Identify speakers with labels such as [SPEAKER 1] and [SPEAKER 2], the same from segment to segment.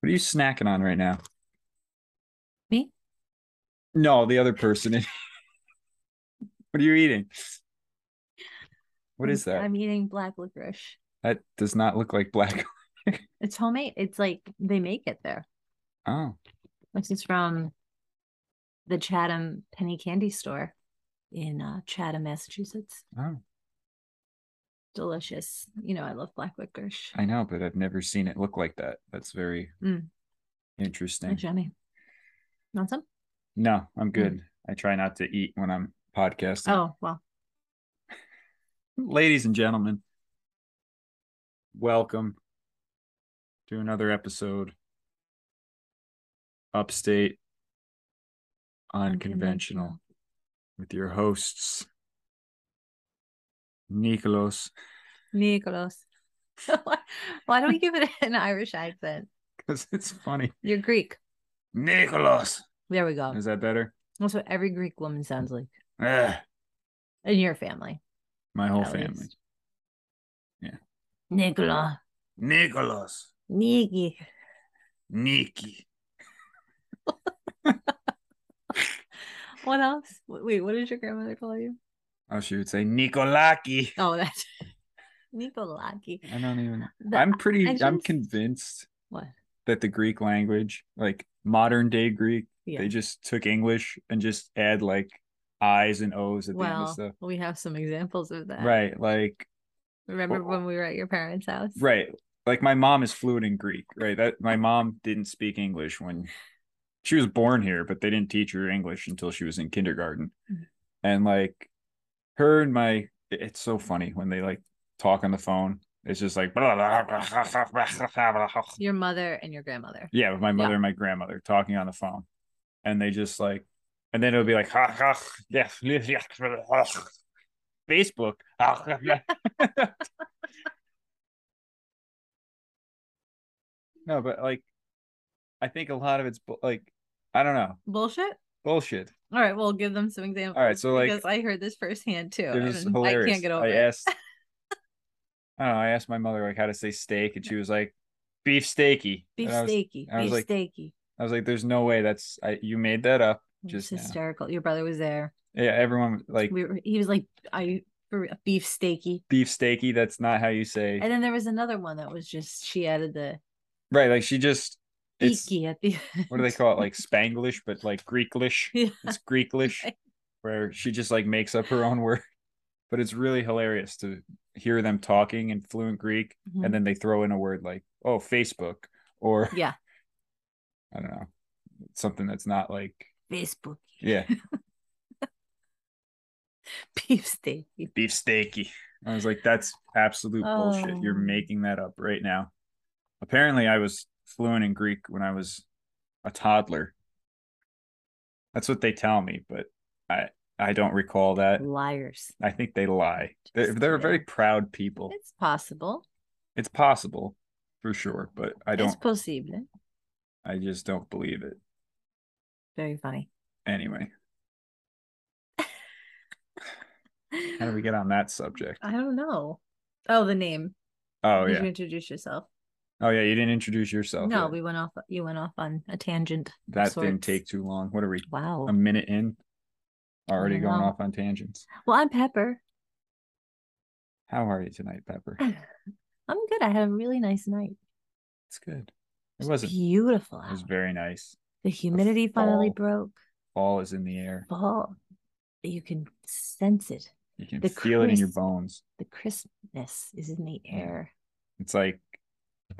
[SPEAKER 1] What are you snacking on right now?
[SPEAKER 2] Me?
[SPEAKER 1] No, the other person. what are you eating? What
[SPEAKER 2] I'm-
[SPEAKER 1] is that?
[SPEAKER 2] I'm eating black licorice.
[SPEAKER 1] That does not look like black.
[SPEAKER 2] It's homemade. It's like they make it there.
[SPEAKER 1] Oh,
[SPEAKER 2] This is from the Chatham Penny Candy Store in uh, Chatham, Massachusetts.
[SPEAKER 1] oh,
[SPEAKER 2] Delicious. You know, I love black licorice.
[SPEAKER 1] I know, but I've never seen it look like that. That's very
[SPEAKER 2] Mm.
[SPEAKER 1] interesting.
[SPEAKER 2] It's yummy. Want some?
[SPEAKER 1] No,
[SPEAKER 2] Mm.
[SPEAKER 1] I'm good. I try not to eat when I'm podcasting.
[SPEAKER 2] Oh, well,
[SPEAKER 1] Ladies and gentlemen, welcome to another episode Upstate Unconventional.
[SPEAKER 2] Unconventional.
[SPEAKER 1] with your hosts, Nicholas,
[SPEAKER 2] Nicholas. Why don't we give it an Irish accent?
[SPEAKER 1] because it's funny.
[SPEAKER 2] You're Greek.
[SPEAKER 1] Nicholas,
[SPEAKER 2] There we go.
[SPEAKER 1] is that better?
[SPEAKER 2] That's what every Greek woman sounds like
[SPEAKER 1] Ugh,
[SPEAKER 2] in your family.
[SPEAKER 1] my whole
[SPEAKER 2] at
[SPEAKER 1] family.
[SPEAKER 2] least.
[SPEAKER 1] Yeah.
[SPEAKER 2] Nicola.
[SPEAKER 1] Nicholas,
[SPEAKER 2] Nikki.
[SPEAKER 1] Nikki.
[SPEAKER 2] What else? Wh- Wait, what does your grandmother call you?
[SPEAKER 1] Oh, she would say Nikolaki.
[SPEAKER 2] Oh, that's Nikolaki.
[SPEAKER 1] I don't even.
[SPEAKER 2] The-
[SPEAKER 1] I'm pretty.
[SPEAKER 2] I
[SPEAKER 1] I'm
[SPEAKER 2] just-
[SPEAKER 1] convinced
[SPEAKER 2] What?
[SPEAKER 1] that the Greek language, like modern day Greek,
[SPEAKER 2] Yeah.
[SPEAKER 1] they just took English and just add like I's and O's at the end of
[SPEAKER 2] well,
[SPEAKER 1] stuff.
[SPEAKER 2] we have some examples of that.
[SPEAKER 1] Right, like
[SPEAKER 2] Remember
[SPEAKER 1] Well-
[SPEAKER 2] when we were at your parents' house?
[SPEAKER 1] right like my mom is fluent in greek right that my mom didn't speak english when she was born here but they didn't teach her english until she was in kindergarten
[SPEAKER 2] Mhm.
[SPEAKER 1] and like her and my it- it's so funny when they like talk on the phone it's just like
[SPEAKER 2] Your mother and your grandmother.
[SPEAKER 1] yeah with my mother and my grandmother talking on the phone and they just like and then it'll be like ha ha yes yes, yes, ugh." facebook no but like i think a lot of it's bu- like i don't know
[SPEAKER 2] Bullshit.
[SPEAKER 1] bullshit
[SPEAKER 2] All right, we'll give them some examples.
[SPEAKER 1] so, like,
[SPEAKER 2] because I heard this firsthand too.
[SPEAKER 1] it was
[SPEAKER 2] and
[SPEAKER 1] hilarious
[SPEAKER 2] I can't get over
[SPEAKER 1] i
[SPEAKER 2] it.
[SPEAKER 1] asked i don't know i asked my mother like how to say steak and she was like beef steaky
[SPEAKER 2] Beef
[SPEAKER 1] And I was,
[SPEAKER 2] steaky.
[SPEAKER 1] I was
[SPEAKER 2] Beef
[SPEAKER 1] like,
[SPEAKER 2] steaky.
[SPEAKER 1] I was like there's no way that's I, you made that up
[SPEAKER 2] It was
[SPEAKER 1] just now.
[SPEAKER 2] hysterical. Your brother was there.
[SPEAKER 1] yeah everyone like
[SPEAKER 2] we were, he was like, I for a beef steaky.
[SPEAKER 1] beef steaky. That's not how you say
[SPEAKER 2] And then there was another one that was just she added the
[SPEAKER 1] right. Like she just it's
[SPEAKER 2] eeky at the
[SPEAKER 1] what do they call it? Like Spanglish, but like Greeklish.
[SPEAKER 2] Yeah.
[SPEAKER 1] It's Greeklish, where she just like makes up her own word. But it's really hilarious to hear them talking in fluent Greek,
[SPEAKER 2] Mm-hmm.
[SPEAKER 1] and then they throw in a word like oh Facebook or
[SPEAKER 2] Yeah.
[SPEAKER 1] I don't know something that's not like
[SPEAKER 2] Mm-hmm. Facebook
[SPEAKER 1] yeah
[SPEAKER 2] beef steaky.
[SPEAKER 1] beef steaky. I was like that's absolute bullshit. You're
[SPEAKER 2] Oh.
[SPEAKER 1] making that up right now. Apparently, I was fluent in Greek when I was a toddler. That's what they tell me, but I I don't recall that.
[SPEAKER 2] Liars.
[SPEAKER 1] I think Eh. they lie. They're,
[SPEAKER 2] Just
[SPEAKER 1] they're a
[SPEAKER 2] kidding.
[SPEAKER 1] very proud people.
[SPEAKER 2] It's possible.
[SPEAKER 1] It's possible for sure, but I
[SPEAKER 2] It's
[SPEAKER 1] don't.
[SPEAKER 2] possible.
[SPEAKER 1] I just don't believe it.
[SPEAKER 2] Very funny.
[SPEAKER 1] Anyway, how do we get on that subject?
[SPEAKER 2] I don't know. Oh, the name.
[SPEAKER 1] Oh
[SPEAKER 2] Did
[SPEAKER 1] yeah.
[SPEAKER 2] you introduce yourself?
[SPEAKER 1] Oh yeah. You didn't introduce yourself.
[SPEAKER 2] no,
[SPEAKER 1] yet.
[SPEAKER 2] we went off. You went off on a tangent. of
[SPEAKER 1] that didn't
[SPEAKER 2] sorts.
[SPEAKER 1] take too long. What are we?
[SPEAKER 2] Wow.
[SPEAKER 1] A minute in? Already going
[SPEAKER 2] know.
[SPEAKER 1] off on tangents.
[SPEAKER 2] well, I'm Pepper.
[SPEAKER 1] How are you tonight, Pepper?
[SPEAKER 2] I'm good. I had a really nice night.
[SPEAKER 1] It's good. It wasn't.
[SPEAKER 2] beautiful.
[SPEAKER 1] It was
[SPEAKER 2] out.
[SPEAKER 1] very nice.
[SPEAKER 2] the humidity finally
[SPEAKER 1] fall.
[SPEAKER 2] broke.
[SPEAKER 1] Fall is in the air.
[SPEAKER 2] Fall. You can sense it.
[SPEAKER 1] You can
[SPEAKER 2] The
[SPEAKER 1] feel it in your
[SPEAKER 2] crisp.
[SPEAKER 1] bones.
[SPEAKER 2] The crispness is in
[SPEAKER 1] Mm.
[SPEAKER 2] the air.
[SPEAKER 1] It's like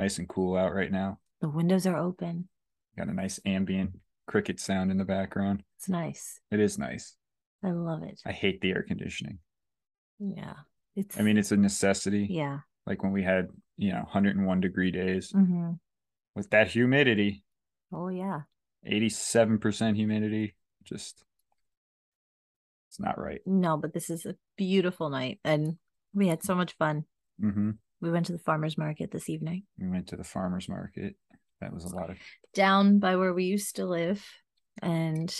[SPEAKER 1] nice and cool out right now.
[SPEAKER 2] The windows are open.
[SPEAKER 1] Got a nice ambient cricket sound in the background.
[SPEAKER 2] It's nice.
[SPEAKER 1] It is nice.
[SPEAKER 2] I love it.
[SPEAKER 1] I hate the air conditioning.
[SPEAKER 2] Yeah. It's.
[SPEAKER 1] I mean, it's a necessity.
[SPEAKER 2] Yeah.
[SPEAKER 1] Like when we had, you know, 101 degree days
[SPEAKER 2] hmm
[SPEAKER 1] with that humidity,
[SPEAKER 2] Oh yeah.
[SPEAKER 1] 87% humidity, just it's not right.
[SPEAKER 2] No, but this is a beautiful night, and we had so much fun.
[SPEAKER 1] hmm
[SPEAKER 2] We went to the farmers market this evening.
[SPEAKER 1] We went to the farmer's market. That was a lot of
[SPEAKER 2] down by where we used to live and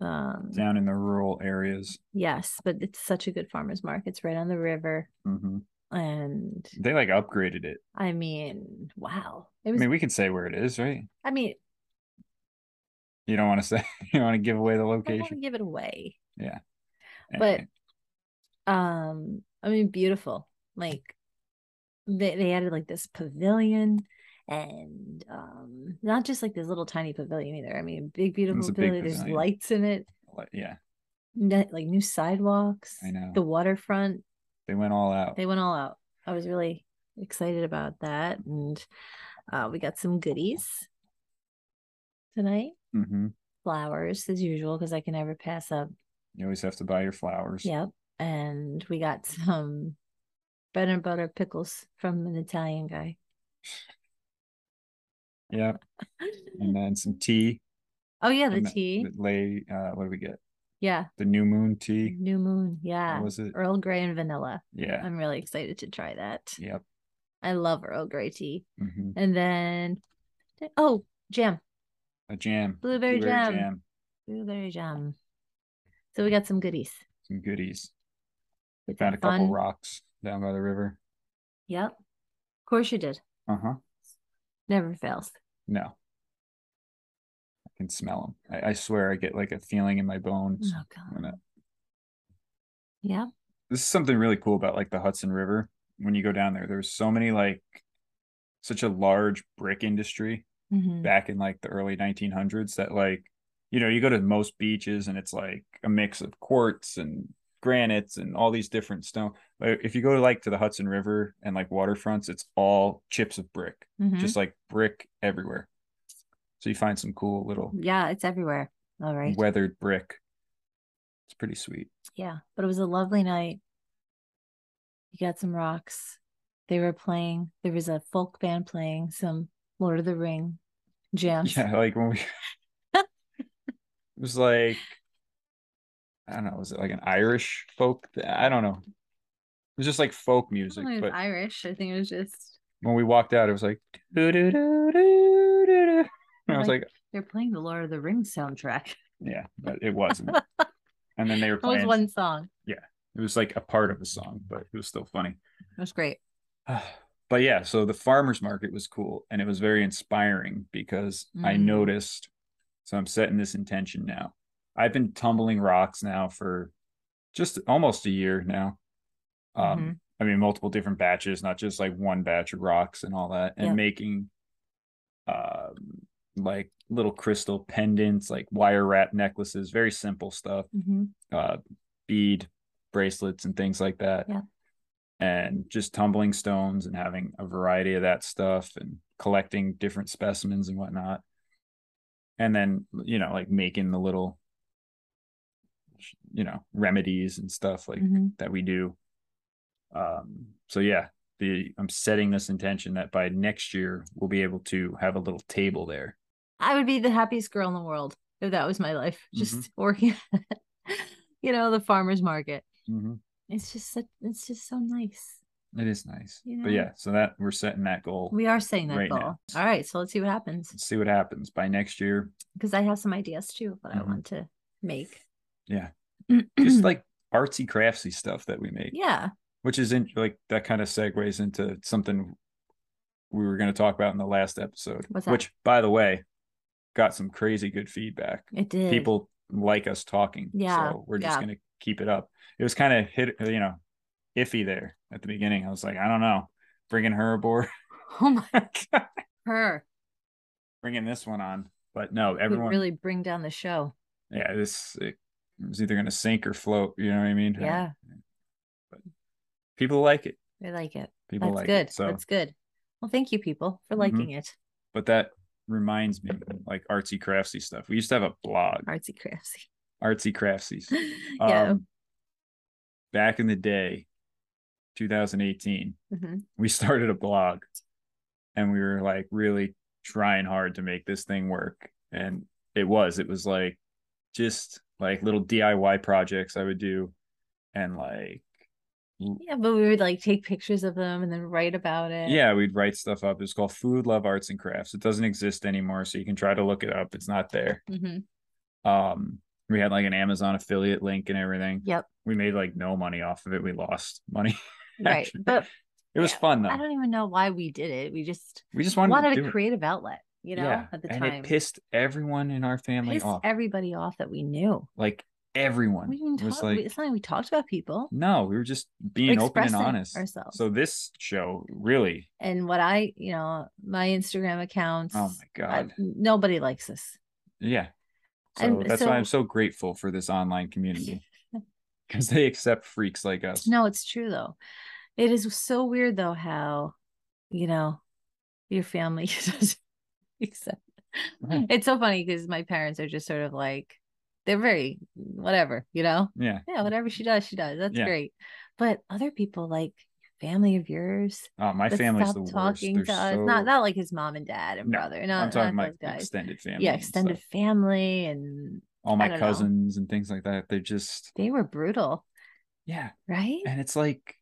[SPEAKER 2] um
[SPEAKER 1] down in the rural areas.
[SPEAKER 2] yes but it's such a good farmers market it's right on the river
[SPEAKER 1] hmm
[SPEAKER 2] and
[SPEAKER 1] They like upgraded it.
[SPEAKER 2] I mean, wow. It
[SPEAKER 1] I
[SPEAKER 2] was.
[SPEAKER 1] mean, we can say where it is, right?
[SPEAKER 2] I mean,
[SPEAKER 1] You don't want to say. You don't want to give away the
[SPEAKER 2] I don't want to
[SPEAKER 1] location.
[SPEAKER 2] give it away.
[SPEAKER 1] Anyway.
[SPEAKER 2] um i mean beautiful like they, they added like this pavilion and um not just like this little tiny pavilion either i mean big beautiful
[SPEAKER 1] It's a big
[SPEAKER 2] pavilion there's
[SPEAKER 1] pavilion.
[SPEAKER 2] lights in it
[SPEAKER 1] Like, yeah,
[SPEAKER 2] ne- like new sidewalks
[SPEAKER 1] I know.
[SPEAKER 2] the waterfront
[SPEAKER 1] they went all out.
[SPEAKER 2] they went all out i was really excited about that and uh, we got some goodies tonight
[SPEAKER 1] hmm
[SPEAKER 2] flowers as usual because i can never pass up
[SPEAKER 1] You always have to buy your flowers.
[SPEAKER 2] Yep. And we got some bread and butter pickles from an Italian guy.
[SPEAKER 1] Yeah, and then some tea.
[SPEAKER 2] oh yeah, the
[SPEAKER 1] and that-
[SPEAKER 2] tea.
[SPEAKER 1] that Lay. Uh, what do we get?
[SPEAKER 2] yeah.
[SPEAKER 1] The new moon tea.
[SPEAKER 2] New moon. Yeah.
[SPEAKER 1] What was it?
[SPEAKER 2] Earl Grey and vanilla.
[SPEAKER 1] Yeah.
[SPEAKER 2] I'm really excited to try that.
[SPEAKER 1] Yep.
[SPEAKER 2] I love Earl Grey tea.
[SPEAKER 1] hmm
[SPEAKER 2] And then oh, jam.
[SPEAKER 1] A jam.
[SPEAKER 2] Blueberry jam. Blueberry jam. So we got some goodies.
[SPEAKER 1] Some goodies.
[SPEAKER 2] We've
[SPEAKER 1] Found a
[SPEAKER 2] had
[SPEAKER 1] couple
[SPEAKER 2] fun.
[SPEAKER 1] rocks down by the river.
[SPEAKER 2] Yep. Of course you did.
[SPEAKER 1] Uh huh.
[SPEAKER 2] Never fails.
[SPEAKER 1] No. I can smell them. I, I swear I get like a feeling in my bones.
[SPEAKER 2] Oh
[SPEAKER 1] when
[SPEAKER 2] god.
[SPEAKER 1] I-
[SPEAKER 2] Yeah.
[SPEAKER 1] This is something really cool about like the Hudson River. When you go down there, there's so many like such a large brick industry
[SPEAKER 2] Mhm.
[SPEAKER 1] back in like the early 1900s that like you know you go to most beaches and it's like a mix of quartz and granites and all these different stone like if you go like to the hudson river and like waterfronts it's all chips of brick
[SPEAKER 2] Mhm.
[SPEAKER 1] just like brick everywhere so you find some cool little
[SPEAKER 2] yeah, it's everywhere. All right.
[SPEAKER 1] weathered brick it's pretty sweet
[SPEAKER 2] Yeah, but it was a lovely night. You got some rocks. They were playing. There was a folk band playing some Lord of the Ring jams.
[SPEAKER 1] yeah like when we it was like i don't know was it like an irish folk i don't know it was just like folk music
[SPEAKER 2] I don't know if it was
[SPEAKER 1] but
[SPEAKER 2] Irish. I think it was just
[SPEAKER 1] when we walked out, it was like doo doo doo doo doo. And I was
[SPEAKER 2] Like-
[SPEAKER 1] like,
[SPEAKER 2] they're playing the Lord of the Ring soundtrack.
[SPEAKER 1] yeah, but it wasn't. and then they were
[SPEAKER 2] That was
[SPEAKER 1] playing.
[SPEAKER 2] one song.
[SPEAKER 1] It was like a part of a song, but it was still funny.
[SPEAKER 2] It was great.
[SPEAKER 1] but yeah, so the farmers market was cool, and it was very inspiring because I
[SPEAKER 2] Mm.
[SPEAKER 1] noticed. So I'm setting this intention now. I've been tumbling rocks now for just almost a year now. Um,
[SPEAKER 2] Mhm.
[SPEAKER 1] I mean, multiple different batches, not just like one batch of rocks and all that, and
[SPEAKER 2] Yeah.
[SPEAKER 1] making um, like little crystal pendants, like wire wrap necklaces, very simple stuff,
[SPEAKER 2] hmm
[SPEAKER 1] uh, bead bracelets, and things like that.
[SPEAKER 2] Yeah.
[SPEAKER 1] And just tumbling stones and having a variety of that stuff and collecting different specimens and whatnot. And then, you know, like making the little, you know, remedies and stuff like
[SPEAKER 2] hmm
[SPEAKER 1] that we do. Um, so yeah, the I'm setting this intention that by next year we'll be able to have a little table there.
[SPEAKER 2] I would be the happiest girl in the world if that was my life.
[SPEAKER 1] Mm-hmm.
[SPEAKER 2] Just working, you know, the farmers market. It's just such, it's just so nice.
[SPEAKER 1] It Mm-hmm. is nice,
[SPEAKER 2] You know?
[SPEAKER 1] but yeah, so that we're setting that goal.
[SPEAKER 2] We are saying that
[SPEAKER 1] Right
[SPEAKER 2] goal.
[SPEAKER 1] now.
[SPEAKER 2] All right, so let's see what happens.
[SPEAKER 1] Let's see what happens by next year.
[SPEAKER 2] because I have some ideas too that I
[SPEAKER 1] Mhm.
[SPEAKER 2] want to make.
[SPEAKER 1] Yeah, just like artsy craftsy stuff that we make,
[SPEAKER 2] Mm-hmm. yeah,
[SPEAKER 1] which is in like that kind of segues into something we were going to talk about in the last episode.
[SPEAKER 2] What's that?
[SPEAKER 1] which, by the way, got some crazy good feedback.
[SPEAKER 2] it did.
[SPEAKER 1] people like us talking.
[SPEAKER 2] Yeah,
[SPEAKER 1] So we're just
[SPEAKER 2] yeah.
[SPEAKER 1] gonna keep it up. It was kind of hit, you know, iffy there at the beginning. I was like, I don't know, bringing her aboard,
[SPEAKER 2] oh my, her
[SPEAKER 1] bringing this one on, but no,
[SPEAKER 2] would
[SPEAKER 1] everyone.
[SPEAKER 2] really bring down the show.
[SPEAKER 1] Yeah, this it, it was either gonna sink or float. You know what I mean?
[SPEAKER 2] Yeah,
[SPEAKER 1] People like it.
[SPEAKER 2] I like it.
[SPEAKER 1] People
[SPEAKER 2] That's
[SPEAKER 1] like
[SPEAKER 2] good.
[SPEAKER 1] it. So,
[SPEAKER 2] That's good. Well, thank you, people, for
[SPEAKER 1] Mhm.
[SPEAKER 2] liking it.
[SPEAKER 1] but that reminds me, like artsy craftsy stuff. We used to have a blog,
[SPEAKER 2] Artsy craftsy.
[SPEAKER 1] artsy craftsies.
[SPEAKER 2] yeah.
[SPEAKER 1] Um, back in the day, 2018.
[SPEAKER 2] mhm.
[SPEAKER 1] we started a blog and we were like really trying hard to make this thing work and it was it was like just like little diy projects i would do and like
[SPEAKER 2] Yeah, but we would like take pictures of them and then write about it.
[SPEAKER 1] yeah we'd write stuff up it was called food love arts and crafts it doesn't exist anymore so you can try to look it up it's not there
[SPEAKER 2] hmm
[SPEAKER 1] um we had like an amazon affiliate link and everything
[SPEAKER 2] Yep.
[SPEAKER 1] we made like no money off of it we lost money
[SPEAKER 2] right.
[SPEAKER 1] actually.
[SPEAKER 2] But
[SPEAKER 1] it was
[SPEAKER 2] yeah,
[SPEAKER 1] fun
[SPEAKER 2] I
[SPEAKER 1] though.
[SPEAKER 2] don't even know why we did it. We just
[SPEAKER 1] We just
[SPEAKER 2] wanted,
[SPEAKER 1] wanted, to do
[SPEAKER 2] a
[SPEAKER 1] it.
[SPEAKER 2] creative outlet, you know,
[SPEAKER 1] Yeah,
[SPEAKER 2] at the
[SPEAKER 1] and
[SPEAKER 2] time.
[SPEAKER 1] it pissed everyone in our family
[SPEAKER 2] Pissed
[SPEAKER 1] off.
[SPEAKER 2] everybody off that we knew.
[SPEAKER 1] like everyone
[SPEAKER 2] We didn't
[SPEAKER 1] was
[SPEAKER 2] talk.
[SPEAKER 1] like,
[SPEAKER 2] we, it's not like we talked about people
[SPEAKER 1] no, we were just being open and
[SPEAKER 2] expressing
[SPEAKER 1] honest.
[SPEAKER 2] ourselves.
[SPEAKER 1] So this show really,
[SPEAKER 2] and what I, you know, my Instagram accounts.
[SPEAKER 1] oh my
[SPEAKER 2] I-
[SPEAKER 1] god,
[SPEAKER 2] nobody likes us.
[SPEAKER 1] yeah. So
[SPEAKER 2] and
[SPEAKER 1] that's why I'm
[SPEAKER 2] so-
[SPEAKER 1] so grateful for this online community because they accept freaks like us.
[SPEAKER 2] No, it's true though. It is so weird though how, you know, your family doesn't accept.
[SPEAKER 1] Right.
[SPEAKER 2] It's so funny because my parents are just sort of like they're very whatever, you know.
[SPEAKER 1] Yeah.
[SPEAKER 2] Yeah, whatever she does, she does. That's
[SPEAKER 1] Yeah.
[SPEAKER 2] great. But other people like family of yours,
[SPEAKER 1] Oh, my
[SPEAKER 2] that
[SPEAKER 1] family's
[SPEAKER 2] stop
[SPEAKER 1] the worst.
[SPEAKER 2] talking
[SPEAKER 1] They're
[SPEAKER 2] to us.
[SPEAKER 1] so-
[SPEAKER 2] Not not like his mom and dad and
[SPEAKER 1] No,
[SPEAKER 2] brother. Not,
[SPEAKER 1] I'm talking
[SPEAKER 2] not
[SPEAKER 1] my
[SPEAKER 2] those guys.
[SPEAKER 1] extended family.
[SPEAKER 2] Yeah,
[SPEAKER 1] and stuff.
[SPEAKER 2] extended family and
[SPEAKER 1] All
[SPEAKER 2] I
[SPEAKER 1] my
[SPEAKER 2] don't know.
[SPEAKER 1] cousins and things like that. They're just
[SPEAKER 2] they were brutal,
[SPEAKER 1] yeah,
[SPEAKER 2] right?
[SPEAKER 1] and it's like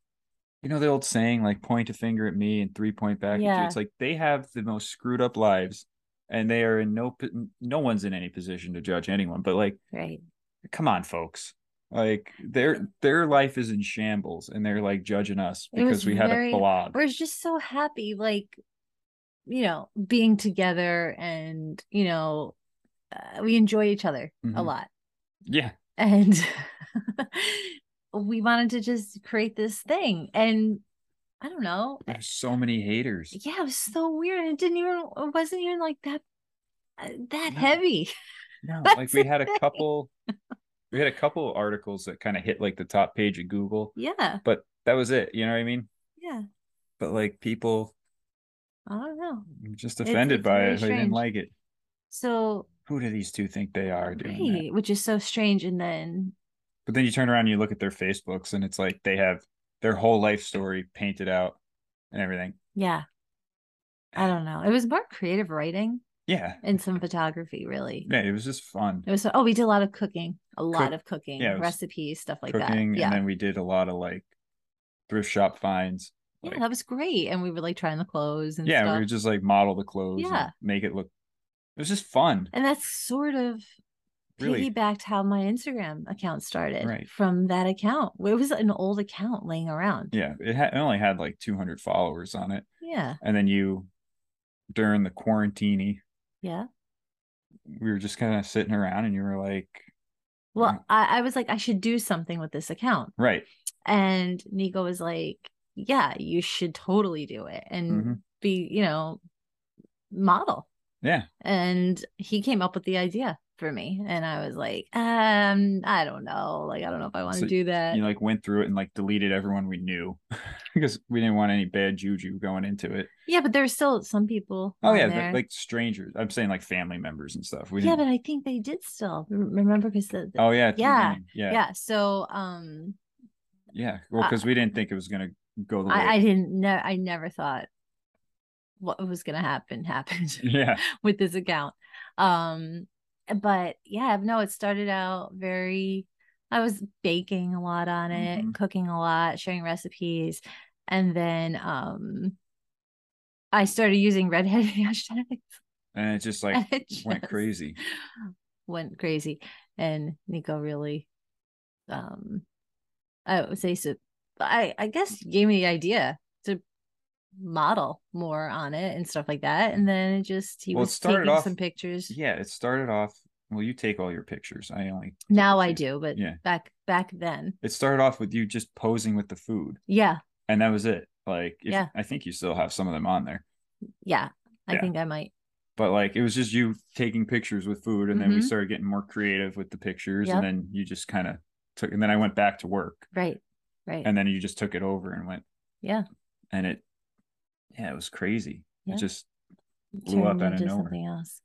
[SPEAKER 1] you know the old saying like point a finger at me and three point back at you
[SPEAKER 2] Yeah.
[SPEAKER 1] it's like they have the most screwed up lives and they are in no po- no one's in any position to judge anyone but like
[SPEAKER 2] Right.
[SPEAKER 1] come on folks like their their life is in shambles and they're like judging us
[SPEAKER 2] It was
[SPEAKER 1] because we had
[SPEAKER 2] very-
[SPEAKER 1] a blog
[SPEAKER 2] We're just so happy, like, you know, being together and, you know, uh, we enjoy each other a
[SPEAKER 1] Mhm.
[SPEAKER 2] lot.
[SPEAKER 1] yeah
[SPEAKER 2] And we wanted to just create this thing. And I don't know.
[SPEAKER 1] there's so many haters
[SPEAKER 2] Yeah, it was so weird. And it didn't even, it wasn't even like that, uh, that
[SPEAKER 1] No.
[SPEAKER 2] heavy.
[SPEAKER 1] no like
[SPEAKER 2] That's
[SPEAKER 1] we
[SPEAKER 2] the
[SPEAKER 1] had a
[SPEAKER 2] thing.
[SPEAKER 1] couple we had a couple articles that kind of hit like the top page of google
[SPEAKER 2] Yeah.
[SPEAKER 1] but that was it you know what i mean
[SPEAKER 2] Yeah.
[SPEAKER 1] but like people
[SPEAKER 2] I don't know.
[SPEAKER 1] were just
[SPEAKER 2] It's-
[SPEAKER 1] offended
[SPEAKER 2] it's
[SPEAKER 1] by
[SPEAKER 2] very
[SPEAKER 1] it they didn't
[SPEAKER 2] strange.
[SPEAKER 1] like it
[SPEAKER 2] So,
[SPEAKER 1] who do these two think they are doing that?
[SPEAKER 2] right, which is so strange. And then,
[SPEAKER 1] But then you turn around and you look at their Facebooks and it's like they have their whole life story painted out and everything.
[SPEAKER 2] yeah. I don't know. It was more creative writing
[SPEAKER 1] Yeah.
[SPEAKER 2] and some photography, really.
[SPEAKER 1] Yeah, it was just fun.
[SPEAKER 2] It was oh, we did a lot of cooking, a lot
[SPEAKER 1] Cook-
[SPEAKER 2] of cooking,
[SPEAKER 1] yeah, it was
[SPEAKER 2] recipes, stuff like
[SPEAKER 1] Cooking.
[SPEAKER 2] that. Yeah,
[SPEAKER 1] And then we did a lot of like thrift shop finds.
[SPEAKER 2] yeah,
[SPEAKER 1] like-
[SPEAKER 2] that was great. And we were like trying the clothes and
[SPEAKER 1] yeah,
[SPEAKER 2] stuff.
[SPEAKER 1] we would just like model the clothes
[SPEAKER 2] Yeah.
[SPEAKER 1] and make it look it was just fun.
[SPEAKER 2] and that's sort of
[SPEAKER 1] Really.
[SPEAKER 2] piggybacked how my Instagram account started
[SPEAKER 1] Right.
[SPEAKER 2] from that account. It was an old account laying around.
[SPEAKER 1] Yeah. It, ha- it only had like 200 followers on it.
[SPEAKER 2] Yeah,
[SPEAKER 1] And then you during the quarantine
[SPEAKER 2] yeah.
[SPEAKER 1] we were just kind of sitting around and you were like,
[SPEAKER 2] Well,
[SPEAKER 1] Right.
[SPEAKER 2] I, I was like, I should do something with this account,
[SPEAKER 1] right.
[SPEAKER 2] and Nico was like, Yeah, you should totally do it and
[SPEAKER 1] Mhm.
[SPEAKER 2] be, you know, model.
[SPEAKER 1] Yeah.
[SPEAKER 2] and he came up with the idea for me and i was like um i don't know like i don't know if i want to
[SPEAKER 1] So
[SPEAKER 2] do that
[SPEAKER 1] you like went through it and like deleted everyone we knew because we didn't want any bad juju going into it.
[SPEAKER 2] yeah but there's still some people
[SPEAKER 1] Oh
[SPEAKER 2] on
[SPEAKER 1] yeah,
[SPEAKER 2] there.
[SPEAKER 1] but, like strangers. I'm saying like family members and stuff. We
[SPEAKER 2] yeah but
[SPEAKER 1] didn't.
[SPEAKER 2] i think they did still Rem- remember because the, the-
[SPEAKER 1] oh yeah, at the
[SPEAKER 2] yeah,
[SPEAKER 1] beginning. yeah, yeah,
[SPEAKER 2] yeah so um
[SPEAKER 1] Well,
[SPEAKER 2] I-
[SPEAKER 1] because we didn't think it was gonna go the way.
[SPEAKER 2] i i didn't know i never thought what was gonna happen happened
[SPEAKER 1] yeah,
[SPEAKER 2] with this account. Um, but yeah, no, it started out very. I was baking a lot on it,
[SPEAKER 1] Mhm.
[SPEAKER 2] cooking a lot, sharing recipes, and then um, I started using redhead hashtags.
[SPEAKER 1] and it just like
[SPEAKER 2] It
[SPEAKER 1] went
[SPEAKER 2] just
[SPEAKER 1] crazy.
[SPEAKER 2] Went crazy, and Nico really, um, I would say so. I I guess gave me the idea to model more on it and stuff like that, and then it just he
[SPEAKER 1] Well, it
[SPEAKER 2] was
[SPEAKER 1] started
[SPEAKER 2] taking
[SPEAKER 1] off-
[SPEAKER 2] some pictures.
[SPEAKER 1] Yeah, it started off. Well, you take all your pictures. I only. took
[SPEAKER 2] Now
[SPEAKER 1] a few.
[SPEAKER 2] I do, but
[SPEAKER 1] Yeah.
[SPEAKER 2] back back then,
[SPEAKER 1] It started off with you just posing with the food,
[SPEAKER 2] yeah,
[SPEAKER 1] and that was it. Like, if,
[SPEAKER 2] Yeah.
[SPEAKER 1] I think you still have some of them on there.
[SPEAKER 2] yeah, I
[SPEAKER 1] Yeah.
[SPEAKER 2] think I might.
[SPEAKER 1] but like it was just you taking pictures with food and then we
[SPEAKER 2] Mhm.
[SPEAKER 1] started getting more creative with the pictures
[SPEAKER 2] Yep.
[SPEAKER 1] and then you just kind of took and then i went back to work
[SPEAKER 2] Right, right.
[SPEAKER 1] and then you just took it over and went
[SPEAKER 2] Yeah.
[SPEAKER 1] and it yeah it was crazy
[SPEAKER 2] Yeah.
[SPEAKER 1] it just blew
[SPEAKER 2] Turned
[SPEAKER 1] up out of
[SPEAKER 2] into
[SPEAKER 1] nowhere.
[SPEAKER 2] something else.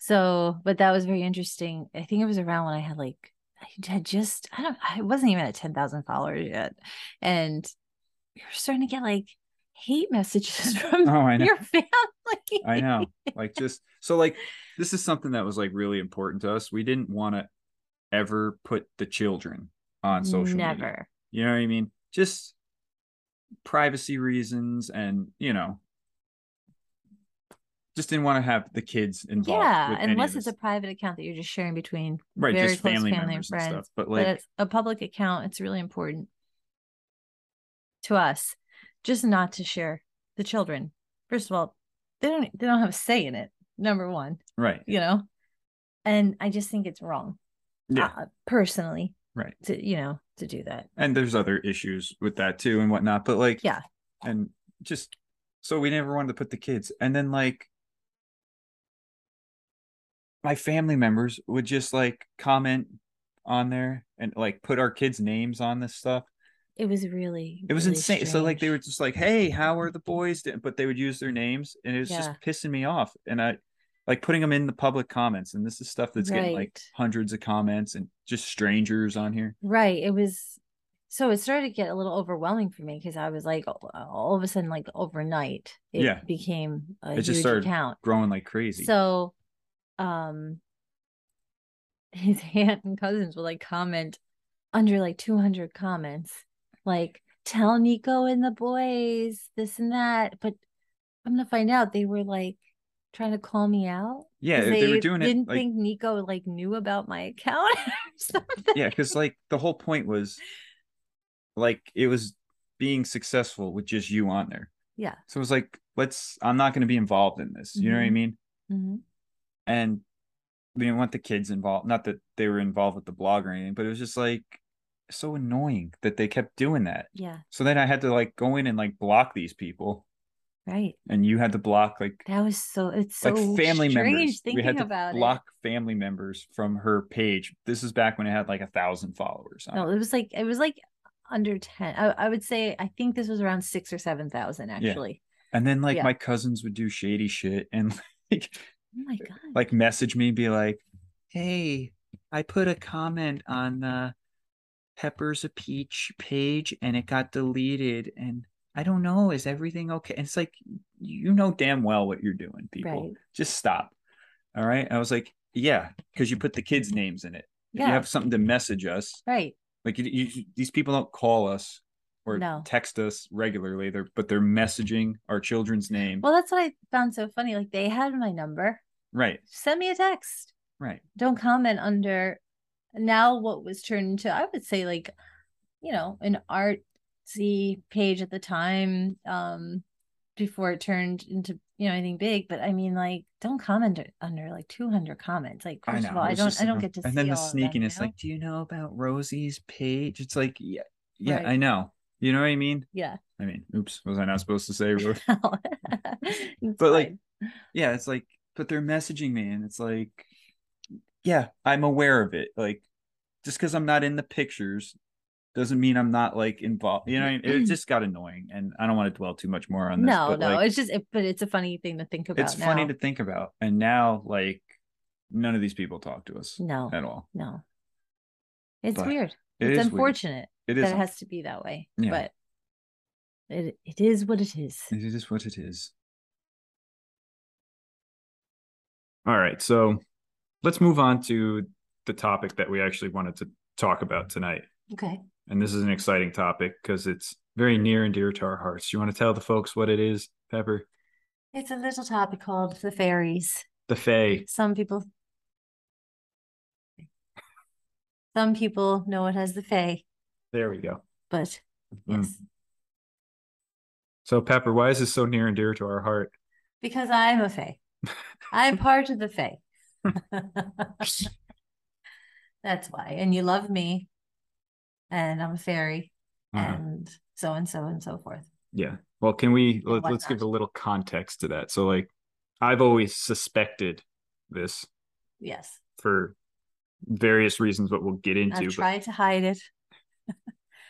[SPEAKER 2] So, but that was very interesting. I think it was around when I had like I had just I don't I wasn't even at ten thousand followers yet, and we were starting to get like hate messages from
[SPEAKER 1] oh i know
[SPEAKER 2] your family.
[SPEAKER 1] i know like just so like this is something that was like really important to us we didn't want to ever put the children on social
[SPEAKER 2] Never.
[SPEAKER 1] media you know what i mean just privacy reasons and you know just didn't want to have the kids involved
[SPEAKER 2] Yeah,
[SPEAKER 1] with any of
[SPEAKER 2] unless it's
[SPEAKER 1] this.
[SPEAKER 2] a private account that you're just sharing between,
[SPEAKER 1] right
[SPEAKER 2] very
[SPEAKER 1] just
[SPEAKER 2] close
[SPEAKER 1] family,
[SPEAKER 2] family and
[SPEAKER 1] members and
[SPEAKER 2] friends,
[SPEAKER 1] stuff but
[SPEAKER 2] but
[SPEAKER 1] like
[SPEAKER 2] it's a public account. It's really important to us just not to share the children. First of all, they don't they don't have a say in it. Number one,
[SPEAKER 1] Right.
[SPEAKER 2] you know, and I just think it's wrong.
[SPEAKER 1] Yeah.
[SPEAKER 2] uh, personally,
[SPEAKER 1] Right.
[SPEAKER 2] To you know to do that.
[SPEAKER 1] and there's other issues with that too and whatnot but like
[SPEAKER 2] Yeah.
[SPEAKER 1] and just so we never wanted to put the kids and then like my family members would just like comment on there and like put our kids names on this stuff
[SPEAKER 2] It was really
[SPEAKER 1] it was
[SPEAKER 2] really
[SPEAKER 1] insane so like they
[SPEAKER 2] strange.
[SPEAKER 1] were just like hey how are the boys doing?" but they would use their names and it was
[SPEAKER 2] Yeah.
[SPEAKER 1] just pissing me off and i like putting them in the public comments and this is stuff that's getting like
[SPEAKER 2] Right.
[SPEAKER 1] hundreds of comments and just strangers on here
[SPEAKER 2] Right. It was so it started to get a little overwhelming for me because I was like all- all of a sudden like overnight it
[SPEAKER 1] Yeah.
[SPEAKER 2] became a
[SPEAKER 1] It
[SPEAKER 2] huge
[SPEAKER 1] just started
[SPEAKER 2] account.
[SPEAKER 1] growing like crazy
[SPEAKER 2] So um his aunt and cousins would like comment under like 200 comments like tell Nico and the boys this and that but I'm going to find out they were like trying to call me out.
[SPEAKER 1] yeah
[SPEAKER 2] 'cause
[SPEAKER 1] they, were doing it
[SPEAKER 2] didn't
[SPEAKER 1] like
[SPEAKER 2] think Nico like knew about my account or something.
[SPEAKER 1] yeah because like the whole point was like it was being successful with just you on there
[SPEAKER 2] Yeah.
[SPEAKER 1] so it was like let's i'm not going to be involved in this you know what i
[SPEAKER 2] Mhm.
[SPEAKER 1] mean
[SPEAKER 2] Mhm.
[SPEAKER 1] and we didn't want the kids involved not that they were involved with the blog or anything but it was just like so annoying that they kept doing that
[SPEAKER 2] Yeah,
[SPEAKER 1] so then i had to like go in and like block these people
[SPEAKER 2] right.
[SPEAKER 1] and you had to block like
[SPEAKER 2] That was so it's so
[SPEAKER 1] like family
[SPEAKER 2] strange
[SPEAKER 1] members
[SPEAKER 2] thinking
[SPEAKER 1] we had to
[SPEAKER 2] about
[SPEAKER 1] block family members from her page this is back when it had like a thousand followers
[SPEAKER 2] it.
[SPEAKER 1] on
[SPEAKER 2] No,
[SPEAKER 1] it.
[SPEAKER 2] it was like it was like under 10. I, I would say I think this was around 6 or 7,000 actually.
[SPEAKER 1] And then like
[SPEAKER 2] Yeah.
[SPEAKER 1] my cousins would do shady shit and like
[SPEAKER 2] Oh my god.
[SPEAKER 1] like message me and be like, "Hey, I put a comment on the Peppers a Peach page and it got deleted and I don't know, is everything okay?" And it's like you know damn well what you're doing, people.
[SPEAKER 2] Right.
[SPEAKER 1] Just stop. All right? I was like, "Yeah, cuz you put the kids names in it. If
[SPEAKER 2] Mm-hmm. Yeah.
[SPEAKER 1] you have something to message us.
[SPEAKER 2] right.
[SPEAKER 1] Like you, you, these people don't call us or
[SPEAKER 2] No.
[SPEAKER 1] text us regularly, they're but they're messaging our children's name.
[SPEAKER 2] Well, that's what I found so funny. Like they had my number.
[SPEAKER 1] Right,
[SPEAKER 2] Send me a text.
[SPEAKER 1] right.
[SPEAKER 2] Don't comment under now what was turned into I would say like you know, an artsy page at the time um before it turned into you know anything big but i mean like don't comment under like 200 comments like first of all
[SPEAKER 1] it
[SPEAKER 2] i
[SPEAKER 1] was
[SPEAKER 2] don't
[SPEAKER 1] just
[SPEAKER 2] i don't
[SPEAKER 1] like-
[SPEAKER 2] get to
[SPEAKER 1] And
[SPEAKER 2] see
[SPEAKER 1] then the
[SPEAKER 2] all of them,
[SPEAKER 1] sneakiness,
[SPEAKER 2] you know?
[SPEAKER 1] like, do you know about Rosie's page? It's like, yeah, yeah,
[SPEAKER 2] Right.
[SPEAKER 1] I know. You know what I mean?
[SPEAKER 2] yeah
[SPEAKER 1] I mean, oops, was I not supposed to say? Ro-
[SPEAKER 2] It's
[SPEAKER 1] But, like,
[SPEAKER 2] fine.
[SPEAKER 1] yeah, it's like, but they're messaging me, and it's like, yeah, I'm aware of it. Like, just because I'm not in the pictures doesn't mean I'm not like involved. You know, what I mean? it just got annoying, and I don't want to dwell too much more on this.
[SPEAKER 2] Mm-hmm. no
[SPEAKER 1] but,
[SPEAKER 2] no
[SPEAKER 1] like,
[SPEAKER 2] it's just it, but it's a funny thing to think about
[SPEAKER 1] it's funny
[SPEAKER 2] now.
[SPEAKER 1] to think about. And now, like, none of these people talk to us
[SPEAKER 2] no
[SPEAKER 1] at all.
[SPEAKER 2] no it's
[SPEAKER 1] But
[SPEAKER 2] weird
[SPEAKER 1] It
[SPEAKER 2] it's
[SPEAKER 1] is weird.
[SPEAKER 2] unfortunate
[SPEAKER 1] It
[SPEAKER 2] that
[SPEAKER 1] is.
[SPEAKER 2] it has to be that way
[SPEAKER 1] Yeah.
[SPEAKER 2] but it it is what it is
[SPEAKER 1] It is what it is. All right. So let's move on to the topic that we actually wanted to talk about tonight.
[SPEAKER 2] okay
[SPEAKER 1] And this is an exciting topic because it's very near and dear to our hearts. You want to tell the folks what it is, Pepper?
[SPEAKER 2] it's a little topic called the fairies
[SPEAKER 1] The Fae.
[SPEAKER 2] some people some people know it as the fae
[SPEAKER 1] There we go.
[SPEAKER 2] but
[SPEAKER 1] Mm.
[SPEAKER 2] yes
[SPEAKER 1] So, Pepper, why is this so near and dear to our heart?
[SPEAKER 2] because i'm a fae i'm part of the fae that's why and you love me and i'm a fairy
[SPEAKER 1] Uh-huh.
[SPEAKER 2] and so and so and so forth
[SPEAKER 1] Yeah. Well, can we let,
[SPEAKER 2] why
[SPEAKER 1] let's
[SPEAKER 2] not?
[SPEAKER 1] give a little context to that? So, like, I've always suspected this
[SPEAKER 2] yes
[SPEAKER 1] for various reasons, but we'll get into.
[SPEAKER 2] i've
[SPEAKER 1] but-
[SPEAKER 2] tried to hide it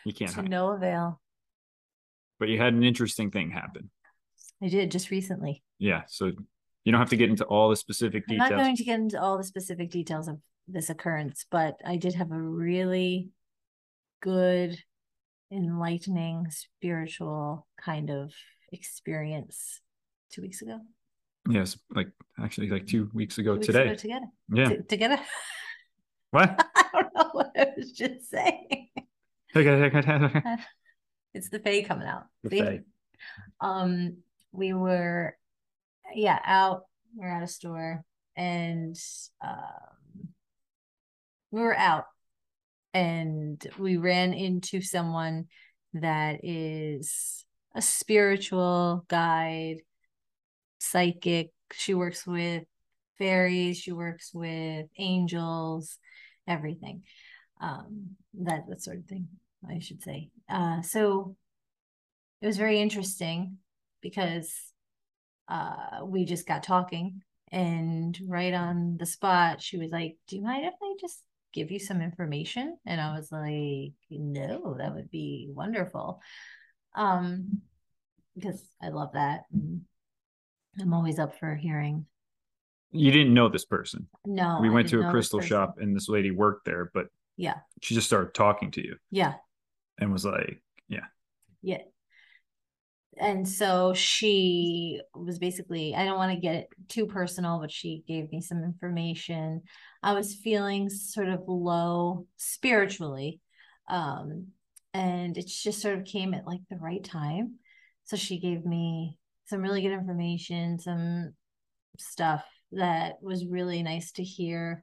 [SPEAKER 1] You can't
[SPEAKER 2] to
[SPEAKER 1] hide.
[SPEAKER 2] no avail
[SPEAKER 1] But you had an interesting thing happen.
[SPEAKER 2] i did just recently
[SPEAKER 1] Yeah. So you don't have to get into all the specific
[SPEAKER 2] I'm
[SPEAKER 1] details.
[SPEAKER 2] not going to get into all the specific details of this occurrence, but I did have a really good, enlightening, spiritual kind of experience two weeks ago.
[SPEAKER 1] Yes. Like actually like two weeks ago
[SPEAKER 2] Two weeks
[SPEAKER 1] today.
[SPEAKER 2] ago together.
[SPEAKER 1] yeah.
[SPEAKER 2] T- together.
[SPEAKER 1] What?
[SPEAKER 2] I don't know what I was just saying.
[SPEAKER 1] okay.
[SPEAKER 2] It's the Fae coming out.
[SPEAKER 1] The
[SPEAKER 2] See?
[SPEAKER 1] Fae.
[SPEAKER 2] Um, we were, yeah, out. We are at a store, and um, we were out, and we ran into someone that is a spiritual guide, psychic. She works with fairies, she works with angels, everything. Um, that, that sort of thing, I should say. Uh, so it was very interesting because uh, we just got talking and right on the spot she was like do you mind if i just give you some information and i was like no that would be wonderful um because i love that and i'm always up for hearing
[SPEAKER 1] You didn't know this person.
[SPEAKER 2] no
[SPEAKER 1] we
[SPEAKER 2] Oh, I
[SPEAKER 1] went to
[SPEAKER 2] didn't
[SPEAKER 1] a
[SPEAKER 2] know this
[SPEAKER 1] crystal
[SPEAKER 2] person.
[SPEAKER 1] shop and this lady worked there, but
[SPEAKER 2] Yeah.
[SPEAKER 1] she just started talking to you
[SPEAKER 2] yeah
[SPEAKER 1] and was like,
[SPEAKER 2] and so she was basically i don't want to get it too personal but she gave me some information i was feeling sort of low spiritually um and it just sort of came at like the right time so she gave me some really good information some stuff that was really nice to hear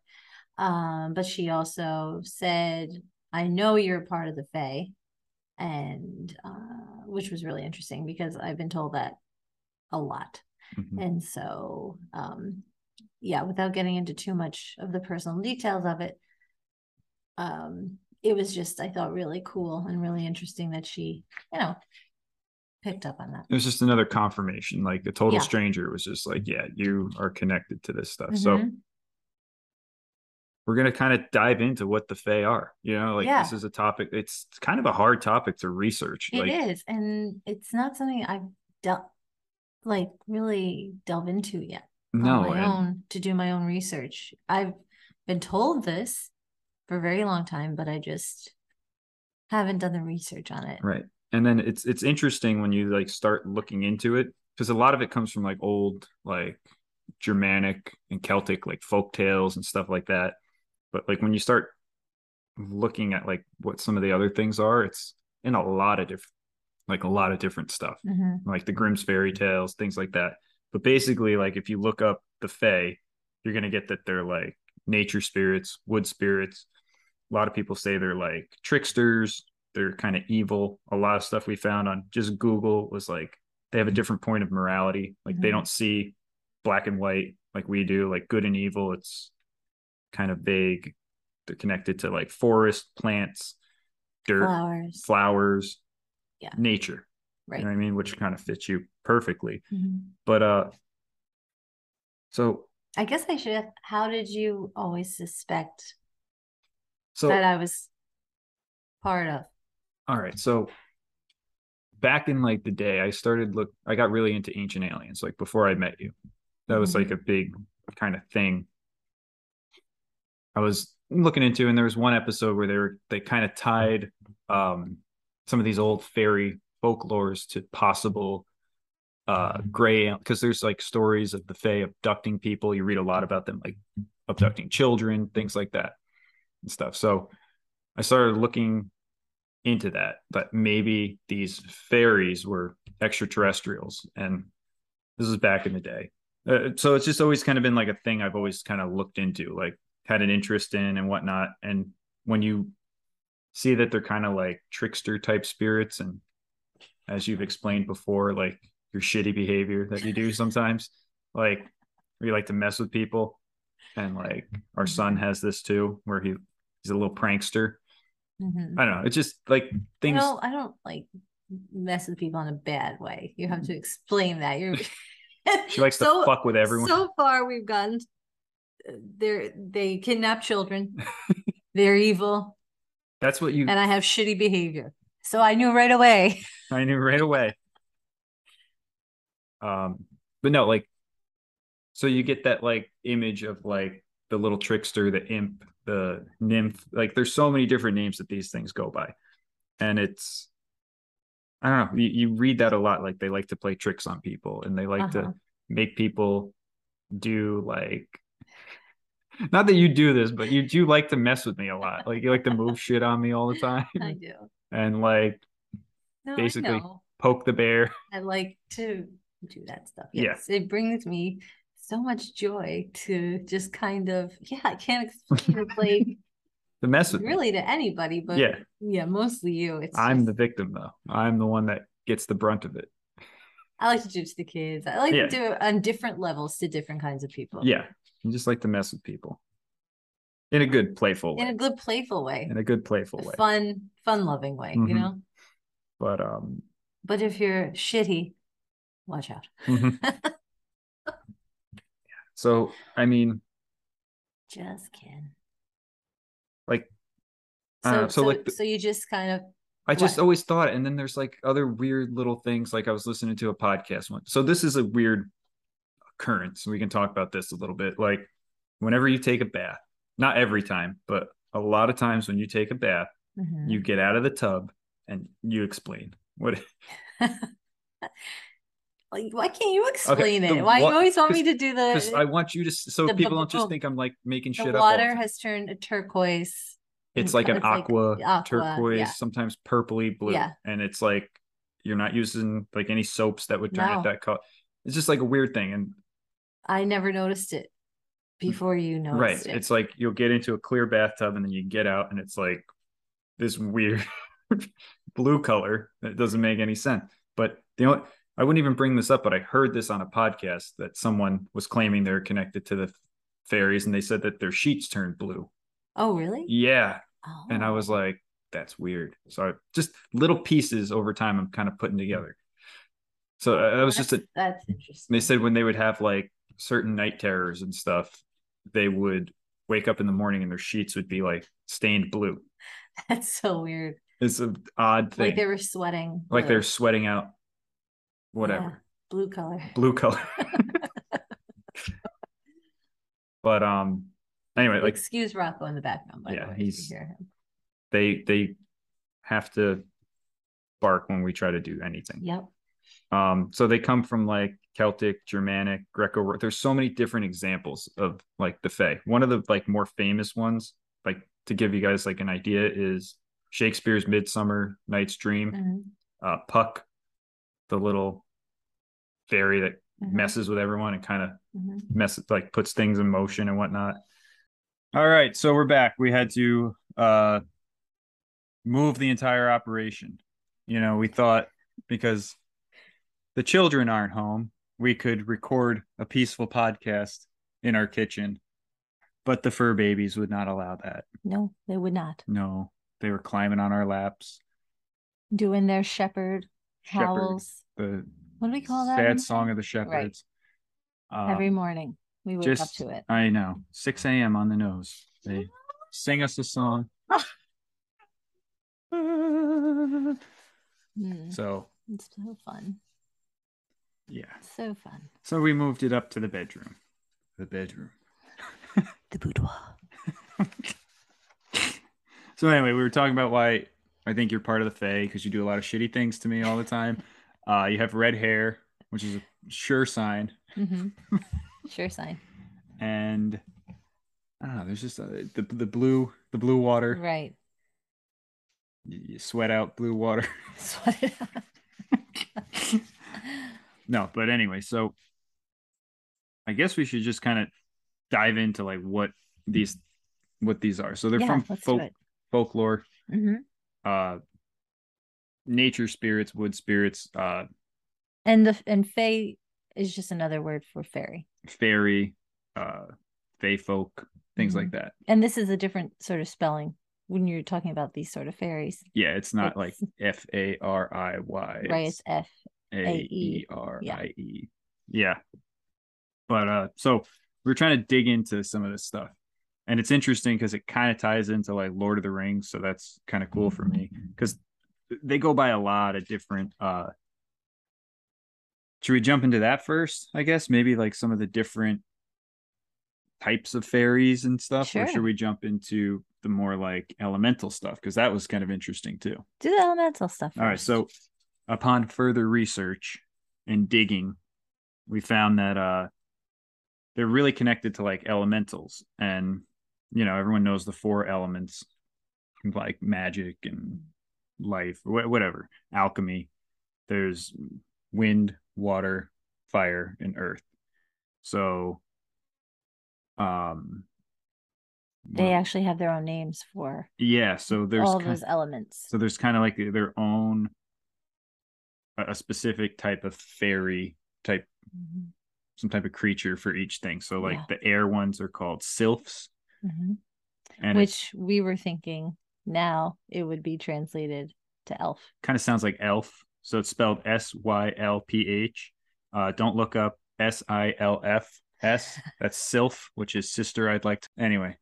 [SPEAKER 2] um but she also said i know you're part of the fae and uh, which was really interesting because I've been told that a lot.
[SPEAKER 1] Mhm.
[SPEAKER 2] And so, um, yeah, without getting into too much of the personal details of it, um, it was just I thought really cool and really interesting that she, you know, picked up on that.
[SPEAKER 1] it was just another confirmation. Like a total
[SPEAKER 2] Yeah.
[SPEAKER 1] stranger was just like, yeah, you are connected to this stuff. Uh, So
[SPEAKER 2] Mm-hmm.
[SPEAKER 1] we're going to kind of dive into what the Fae are. You know, like
[SPEAKER 2] Yeah.
[SPEAKER 1] this is a topic, it's kind of a hard topic to research.
[SPEAKER 2] It is,
[SPEAKER 1] like,
[SPEAKER 2] and it's not something I've dealt like really delve into yet.
[SPEAKER 1] no.
[SPEAKER 2] on my
[SPEAKER 1] and-
[SPEAKER 2] own to do my own research. I've been told this for a very long time, but I just haven't done the research on it.
[SPEAKER 1] right and then it's it's interesting when you like start looking into it because a lot of it comes from like old like germanic and celtic like folk tales and stuff like that but like when you start looking at like what some of the other things are it's in a lot of different like a lot of different stuff
[SPEAKER 2] Mhm.
[SPEAKER 1] like the grimm's fairy tales things like that but basically like if you look up the fae you're going to get that they're like nature spirits wood spirits a lot of people say they're like tricksters they're kind of evil a lot of stuff we found on just google was like they have a different point of morality like they
[SPEAKER 2] Mhm.
[SPEAKER 1] don't see black and white like we do like good and evil it's kind of vague they're connected to like forest plants dirt
[SPEAKER 2] Flowers,
[SPEAKER 1] flowers
[SPEAKER 2] Yeah.
[SPEAKER 1] nature
[SPEAKER 2] right?
[SPEAKER 1] you know what i mean which kind of fits you perfectly
[SPEAKER 2] Mhm.
[SPEAKER 1] but uh so
[SPEAKER 2] I guess I should. Have, how did you always suspect
[SPEAKER 1] so
[SPEAKER 2] that I was part of?
[SPEAKER 1] all right so back in like the day i started look i got really into ancient aliens like before i met you that was
[SPEAKER 2] Mhm.
[SPEAKER 1] like a big kind of thing i was looking into and there was one episode where they were they kind of tied um some of these old fairy folklores to possible uh gray because there's like stories of the fae abducting people you read a lot about them like abducting children things like that and stuff so i started looking into that that maybe these fairies were extraterrestrials and this is back in the day uh, so it's just always kind of been like a thing i've always kind of looked into like had an interest in and whatnot and when you see that they're kind of like trickster type spirits and as you've explained before like your shitty behavior that you do sometimes like where you like to mess with people and like our son has this too where he he's a little prankster
[SPEAKER 2] Mhm.
[SPEAKER 1] i don't know it's just like
[SPEAKER 2] You
[SPEAKER 1] things
[SPEAKER 2] know, I don't like mess with people in a bad way. You have to explain that. You're
[SPEAKER 1] She likes
[SPEAKER 2] so
[SPEAKER 1] to fuck with everyone.
[SPEAKER 2] So far, we've gotten they they kidnap children. They're evil,
[SPEAKER 1] That's what you.
[SPEAKER 2] and I have shitty behavior. So I knew right away.
[SPEAKER 1] I knew right away. Um, but no, like, so you get that like image of like the little trickster, the imp, the nymph. Like, there's so many different names that these things go by, and it's. I don't know. You, you read that a lot. Like they like to play tricks on people, and they like
[SPEAKER 2] Uh-huh.
[SPEAKER 1] to make people do like. Not that you do this, but you do like to mess with me a lot. Like you like to move shit on me all the time,
[SPEAKER 2] I do.
[SPEAKER 1] and like
[SPEAKER 2] No,
[SPEAKER 1] Basically,
[SPEAKER 2] I know.
[SPEAKER 1] poke the bear.
[SPEAKER 2] I like to do that stuff.
[SPEAKER 1] Yeah.
[SPEAKER 2] Yes, it brings me so much joy to just kind of yeah. I can't explain it. Like
[SPEAKER 1] the mess with me.
[SPEAKER 2] really to anybody, but
[SPEAKER 1] yeah,
[SPEAKER 2] yeah, mostly you. It's
[SPEAKER 1] I'm
[SPEAKER 2] just-
[SPEAKER 1] the victim though. I'm the one that gets the brunt of it.
[SPEAKER 2] I like to do it to the kids. I like
[SPEAKER 1] Yeah.
[SPEAKER 2] to do it on different levels to different kinds of people.
[SPEAKER 1] Yeah, you just like to mess with people in a good playful
[SPEAKER 2] In
[SPEAKER 1] way,
[SPEAKER 2] a good playful way.
[SPEAKER 1] in a good playful
[SPEAKER 2] A
[SPEAKER 1] way.
[SPEAKER 2] fun, fun loving way,
[SPEAKER 1] Mhm.
[SPEAKER 2] you know?
[SPEAKER 1] But um,
[SPEAKER 2] But if you're shitty, watch out.
[SPEAKER 1] mhm. so I mean,
[SPEAKER 2] Just kidding.
[SPEAKER 1] Like, I
[SPEAKER 2] so,
[SPEAKER 1] don't know, so,
[SPEAKER 2] so,
[SPEAKER 1] like, the-
[SPEAKER 2] so you just kind of
[SPEAKER 1] I just
[SPEAKER 2] What?
[SPEAKER 1] always thought, and then there's like other weird little things. Like I was listening to a podcast one. So this is a weird occurrence. We can talk about this a little bit. Like whenever you take a bath, not every time, but a lot of times when you take a bath,
[SPEAKER 2] Mhm.
[SPEAKER 1] you get out of the tub and you explain what
[SPEAKER 2] Like, why can't you explain
[SPEAKER 1] the
[SPEAKER 2] it? Why
[SPEAKER 1] wa-
[SPEAKER 2] you always want
[SPEAKER 1] 'cause-
[SPEAKER 2] me to do
[SPEAKER 1] because I
[SPEAKER 2] the
[SPEAKER 1] want you to so
[SPEAKER 2] The bu-
[SPEAKER 1] people don't just
[SPEAKER 2] bu-
[SPEAKER 1] think I'm like making
[SPEAKER 2] the
[SPEAKER 1] shit up. all the
[SPEAKER 2] water
[SPEAKER 1] time.
[SPEAKER 2] has turned a turquoise.
[SPEAKER 1] it's like an
[SPEAKER 2] it's like
[SPEAKER 1] aqua,
[SPEAKER 2] aqua,
[SPEAKER 1] turquoise,
[SPEAKER 2] yeah.
[SPEAKER 1] sometimes purpley blue.
[SPEAKER 2] Yeah.
[SPEAKER 1] And it's like you're not using like any soaps that would turn
[SPEAKER 2] No.
[SPEAKER 1] it that color. It's just like a weird thing. And
[SPEAKER 2] I never noticed it before you noticed
[SPEAKER 1] Mm, right.
[SPEAKER 2] it.
[SPEAKER 1] It's like you'll get into a clear bathtub and then you get out and it's like this weird blue color that doesn't make any sense. But the only I wouldn't even bring this up, but I heard this on a podcast that someone was claiming they're connected to the fairies and they said that their sheets turned blue.
[SPEAKER 2] oh, really?
[SPEAKER 1] Yeah. And I
[SPEAKER 2] Oh.
[SPEAKER 1] was like, that's weird. So I, just little pieces over time I'm kind of putting together. So uh, that was just a
[SPEAKER 2] That's- that's interesting.
[SPEAKER 1] they said when they would have like certain night terrors and stuff, they would wake up in the morning and their sheets would be like stained blue.
[SPEAKER 2] that's so weird.
[SPEAKER 1] It's an odd thing.
[SPEAKER 2] Like they were sweating. blue-
[SPEAKER 1] are sweating out whatever
[SPEAKER 2] blue color.
[SPEAKER 1] blue color. but um anyway, like
[SPEAKER 2] Excuse Rocco in the background. By
[SPEAKER 1] Yeah,
[SPEAKER 2] the way,
[SPEAKER 1] he's-
[SPEAKER 2] if you hear him.
[SPEAKER 1] they they have to bark when we try to do anything.
[SPEAKER 2] Yep.
[SPEAKER 1] Um, so they come from like Celtic, Germanic, Greco. There's so many different examples of like the Fae. One of the like more famous ones, like to give you guys like an idea, is Shakespeare's Midsummer Night's Dream.
[SPEAKER 2] Mhm,
[SPEAKER 1] Uh, Puck, the little fairy that
[SPEAKER 2] mhm,
[SPEAKER 1] messes with everyone and kind of
[SPEAKER 2] mhm.
[SPEAKER 1] mess like puts things in motion and whatnot. All right, so we're back. We had to uh move the entire operation. You know, we thought because the children aren't home, we could record a peaceful podcast in our kitchen. But the fur babies would not allow that.
[SPEAKER 2] No, they would not.
[SPEAKER 1] No, they were climbing on our laps.
[SPEAKER 2] Doing their shepherd
[SPEAKER 1] Shepherd.
[SPEAKER 2] howls
[SPEAKER 1] The
[SPEAKER 2] What do we call that?
[SPEAKER 1] sad song of the shepherds. Um,
[SPEAKER 2] every morning. We wake up
[SPEAKER 1] just-
[SPEAKER 2] to it.
[SPEAKER 1] I know. 6 a.m. on the nose. They sing us a song.
[SPEAKER 2] Mm,
[SPEAKER 1] So,
[SPEAKER 2] it's so fun.
[SPEAKER 1] yeah.
[SPEAKER 2] So fun.
[SPEAKER 1] So we moved it up to the bedroom. The bedroom.
[SPEAKER 2] The boudoir.
[SPEAKER 1] So, anyway, we were talking about why I think you're part of the Fae because you do a lot of shitty things to me all the time. Uh, you have red hair, which is a sure sign.
[SPEAKER 2] hmm sure sign.
[SPEAKER 1] And I don't know, there's just uh the, the blue, the blue water.
[SPEAKER 2] Right.
[SPEAKER 1] You you sweat out blue water.
[SPEAKER 2] Sweat it out.
[SPEAKER 1] No, but anyway, so I guess we should just kind of dive into like what these what these are. So they're
[SPEAKER 2] yeah,
[SPEAKER 1] from
[SPEAKER 2] let's do
[SPEAKER 1] folk,
[SPEAKER 2] it.
[SPEAKER 1] folklore,
[SPEAKER 2] Mhm.
[SPEAKER 1] uh nature spirits, wood spirits, uh
[SPEAKER 2] And the and fae is just another word for fairy.
[SPEAKER 1] fairy, uh fae folk, things like that.
[SPEAKER 2] And this is a different sort of spelling when you're talking about these sort of fairies.
[SPEAKER 1] Yeah, it's not like
[SPEAKER 2] It's-
[SPEAKER 1] F A R I Y.
[SPEAKER 2] right? It's F.
[SPEAKER 1] A E R
[SPEAKER 2] Yeah.
[SPEAKER 1] I E. Yeah. But uh so we're trying to dig into some of this stuff. And it's interesting because it kind of ties into like Lord of the Rings, so that's kind of cool for me cuz they go by a lot of different uh Should we jump into that first? I guess maybe like some of the different types of fairies and stuff or
[SPEAKER 2] Sure.
[SPEAKER 1] should we jump into the more like elemental stuff cuz that was kind of interesting too.
[SPEAKER 2] Do the elemental stuff.
[SPEAKER 1] All right.
[SPEAKER 2] first.
[SPEAKER 1] So, upon further research and digging, we found that uh, they're really connected to like elementals, and you know everyone knows the four elements, like magic and life, wh- whatever, alchemy. There's wind, water, fire, and earth. So, um,
[SPEAKER 2] They
[SPEAKER 1] Well,
[SPEAKER 2] actually have their own names for
[SPEAKER 1] yeah. So there's
[SPEAKER 2] all
[SPEAKER 1] kind-
[SPEAKER 2] those elements.
[SPEAKER 1] so there's kind of like their own a a specific type of fairy type
[SPEAKER 2] Mhm,
[SPEAKER 1] some type of creature for each thing. So like
[SPEAKER 2] Yeah.
[SPEAKER 1] the air ones are called sylphs,
[SPEAKER 2] mhm.
[SPEAKER 1] and it
[SPEAKER 2] Which we were thinking now it would be translated to elf.
[SPEAKER 1] kind of sounds like elf. So it's spelled S Y L P H. Uh, don't look up S I L F S. That's sylph, which is sister. I'd like to anyway.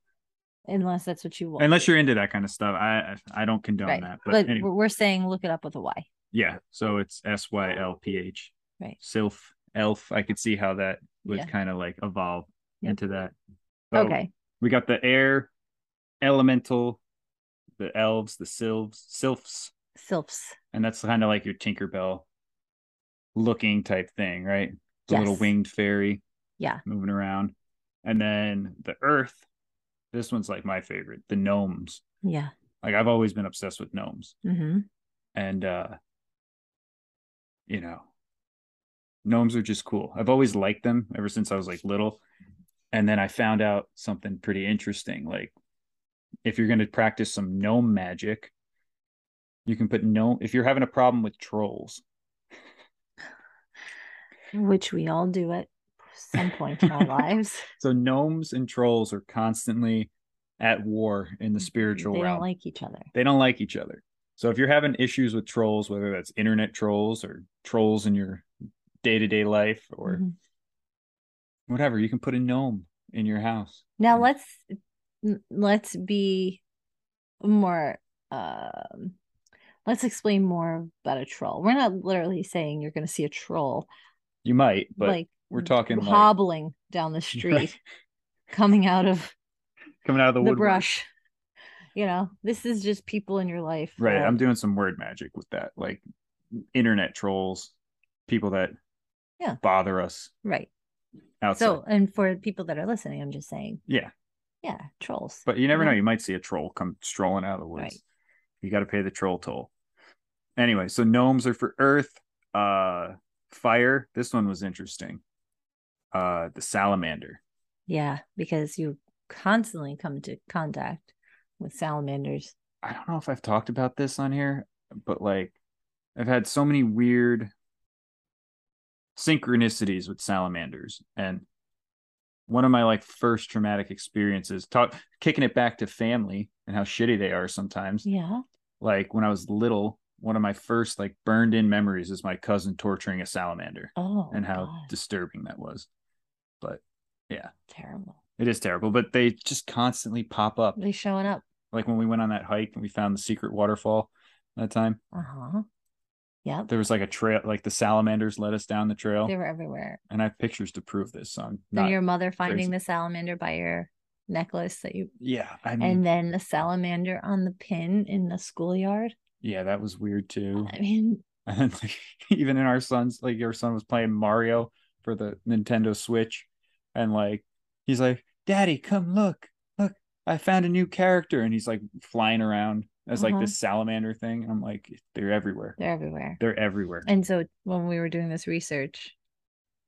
[SPEAKER 2] Unless that's what you want.
[SPEAKER 1] Unless you're into that kind of stuff, I I don't condone
[SPEAKER 2] right.
[SPEAKER 1] that. But,
[SPEAKER 2] But
[SPEAKER 1] anyway,
[SPEAKER 2] we're- we're saying look it up with a Y.
[SPEAKER 1] yeah, so it's S Y L P H.
[SPEAKER 2] Right.
[SPEAKER 1] Sylph, elf. I could see how that would
[SPEAKER 2] Yeah.
[SPEAKER 1] kind of like evolve
[SPEAKER 2] Yep.
[SPEAKER 1] into that. So,
[SPEAKER 2] okay.
[SPEAKER 1] we got the air elemental the elves the sylphs sylphs
[SPEAKER 2] Sylphs.
[SPEAKER 1] and that's kind of like your tinkerbell looking type thing right the little
[SPEAKER 2] Yes.
[SPEAKER 1] winged fairy
[SPEAKER 2] Yeah.
[SPEAKER 1] moving around and then the earth this one's like my favorite the gnomes
[SPEAKER 2] Yeah.
[SPEAKER 1] like i've always been obsessed with gnomes
[SPEAKER 2] hmm
[SPEAKER 1] and uh you know gnomes are just cool i've always liked them ever since i was like little and then i found out something pretty interesting like if you're going to practice some gnome magic you can put gnome if you're having a problem with trolls
[SPEAKER 2] Which we all do at some point in our lives.
[SPEAKER 1] so gnomes and trolls are constantly at war in the spiritual
[SPEAKER 2] they
[SPEAKER 1] realm
[SPEAKER 2] don't like each other.
[SPEAKER 1] they don't like each other. So if you're having issues with trolls, whether that's internet trolls or trolls in your day to day life or
[SPEAKER 2] Mhm.
[SPEAKER 1] whatever, you can put a gnome in your house.
[SPEAKER 2] Now
[SPEAKER 1] and-
[SPEAKER 2] let's n- let's be more um let's explain more about a troll. We're not literally saying you're going to see a troll
[SPEAKER 1] You might, but
[SPEAKER 2] like
[SPEAKER 1] we're talking like,
[SPEAKER 2] hobbling down the street coming out of
[SPEAKER 1] coming out of the,
[SPEAKER 2] the,
[SPEAKER 1] woodwork.
[SPEAKER 2] brush. You know, this is just people in your life. uh,
[SPEAKER 1] Right.
[SPEAKER 2] that-
[SPEAKER 1] I'm doing some word magic with that, like internet trolls, people that
[SPEAKER 2] Yeah.
[SPEAKER 1] bother us
[SPEAKER 2] right.
[SPEAKER 1] outside.
[SPEAKER 2] So, and for people that are listening, I'm just saying,
[SPEAKER 1] yeah.
[SPEAKER 2] yeah, trolls.
[SPEAKER 1] But you never
[SPEAKER 2] Yeah.
[SPEAKER 1] know. You might see a troll come strolling out of the woods.
[SPEAKER 2] Right.
[SPEAKER 1] You got to pay the troll toll. Anyway, so gnomes are for earth. Uh, fire. This one was interesting. Uh, the salamander.
[SPEAKER 2] Yeah, because you constantly come into contact with salamanders.
[SPEAKER 1] I don't know if I've talked about this on here, but like, I've had so many weird synchronicities with salamanders, and one of my like first traumatic experiences, talk kicking it back to family and how shitty they are sometimes.
[SPEAKER 2] Yeah.
[SPEAKER 1] like when I was little, one of my first like burned in memories is my cousin torturing a salamander
[SPEAKER 2] Oh,
[SPEAKER 1] and how
[SPEAKER 2] God,
[SPEAKER 1] disturbing that was.
[SPEAKER 2] terrible.
[SPEAKER 1] It is terrible, but they just constantly pop up.
[SPEAKER 2] They showing up.
[SPEAKER 1] Like when we went on that hike and we found the secret waterfall that time,
[SPEAKER 2] Uh huh. Yep.
[SPEAKER 1] there was like a trail, like the salamanders led us down the trail.
[SPEAKER 2] They were everywhere.
[SPEAKER 1] And I have pictures to prove this. So I'm
[SPEAKER 2] Then
[SPEAKER 1] not,
[SPEAKER 2] your mother finding
[SPEAKER 1] crazy.
[SPEAKER 2] the salamander by your necklace that you,
[SPEAKER 1] yeah, I mean,
[SPEAKER 2] and then the salamander on the pin in the schoolyard.
[SPEAKER 1] yeah, that was weird too.
[SPEAKER 2] I mean,
[SPEAKER 1] And then, like, even in our son's, like your son was playing Mario for the Nintendo Switch, and like he's like, "Daddy, come look, look, I found a new character," and he's like flying around as like
[SPEAKER 2] Uh-huh.
[SPEAKER 1] this salamander thing, and I'm like, "They're everywhere,
[SPEAKER 2] they're everywhere.
[SPEAKER 1] they're everywhere."
[SPEAKER 2] And so when we were doing this research,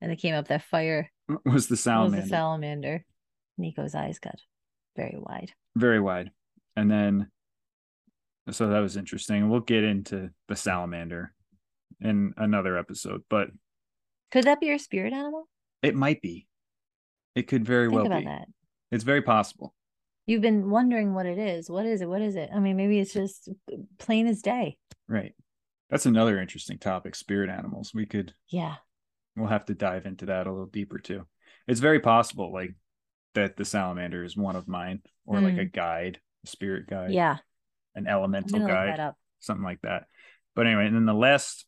[SPEAKER 2] and it came up that fire
[SPEAKER 1] was the
[SPEAKER 2] was
[SPEAKER 1] salamander
[SPEAKER 2] a salamander. Nico's eyes got very wide.
[SPEAKER 1] very wide, and then so that was interesting. and We'll get into the salamander in another episode, but
[SPEAKER 2] Could that be your spirit animal?
[SPEAKER 1] it might be, it could very
[SPEAKER 2] Think
[SPEAKER 1] well
[SPEAKER 2] about
[SPEAKER 1] be.
[SPEAKER 2] that.
[SPEAKER 1] It's very possible.
[SPEAKER 2] You've been wondering what it is. What is it? What is it? I mean, maybe it's just plain as day.
[SPEAKER 1] Right. That's another interesting topic, spirit animals. We could
[SPEAKER 2] Yeah.
[SPEAKER 1] we'll have to dive into that a little deeper too. It's very possible like that the salamander is one of mine or like a guide, a spirit guide,
[SPEAKER 2] Hmm. Yeah.
[SPEAKER 1] an
[SPEAKER 2] I'm
[SPEAKER 1] elemental
[SPEAKER 2] going to look that
[SPEAKER 1] guide,
[SPEAKER 2] up.
[SPEAKER 1] something like that. But anyway, and then the last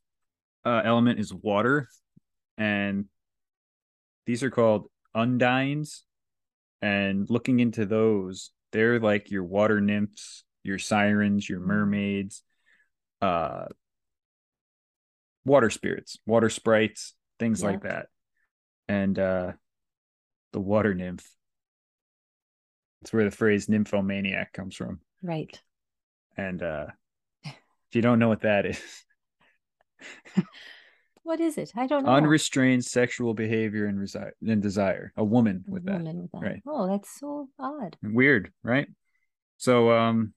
[SPEAKER 1] uh, element is water and these are called undines and looking into those, they're like your water nymphs, your sirens, your mermaids, uh water spirits, water sprites, things like that. And uh the water nymph. That's where the phrase nymphomaniac comes from.
[SPEAKER 2] Right.
[SPEAKER 1] And uh if you don't know what that is,
[SPEAKER 2] What is it? I don't know.
[SPEAKER 1] Unrestrained sexual behavior and, resi- and desire. A woman with that.
[SPEAKER 2] Woman with that.
[SPEAKER 1] right.
[SPEAKER 2] Oh, that's so odd.
[SPEAKER 1] Weird, right? So um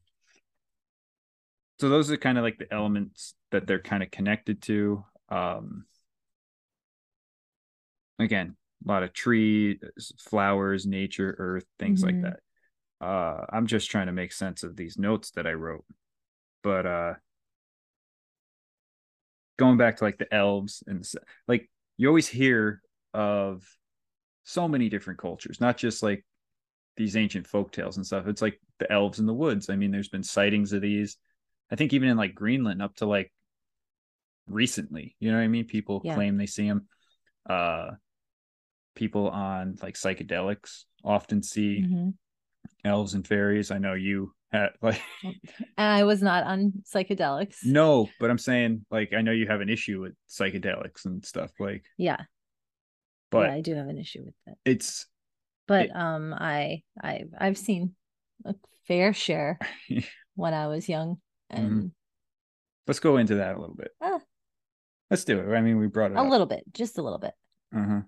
[SPEAKER 1] so those are kind of like the elements that they're kind of connected to. Um again, a lot of trees, flowers, nature, earth, things
[SPEAKER 2] Mhm.
[SPEAKER 1] like that. Uh I'm just trying to make sense of these notes that I wrote. But uh going back to like the elves and the, se- like you always hear of so many different cultures, not just like these ancient folk tales and stuff. It's like the elves in the woods. I mean, there's been sightings of these. I think even in like Greenland up to like recently, you know what I mean? People
[SPEAKER 2] Yeah.
[SPEAKER 1] claim they see them. Uh, people on like psychedelics often see
[SPEAKER 2] Mhm.
[SPEAKER 1] elves and fairies. I know you had like
[SPEAKER 2] And I was not on psychedelics.
[SPEAKER 1] no, but I'm saying like I know you have an issue with psychedelics and stuff like,
[SPEAKER 2] Yeah.
[SPEAKER 1] but
[SPEAKER 2] yeah, I do have an issue with that.
[SPEAKER 1] it's
[SPEAKER 2] But
[SPEAKER 1] It-
[SPEAKER 2] um, I I I've seen a fair share when I was young,
[SPEAKER 1] Mm-hmm.
[SPEAKER 2] and
[SPEAKER 1] let's go into that a little bit.
[SPEAKER 2] Ah.
[SPEAKER 1] Let's do it. I mean, we brought it
[SPEAKER 2] a
[SPEAKER 1] up.
[SPEAKER 2] little bit, just a little bit.
[SPEAKER 1] uh-huh.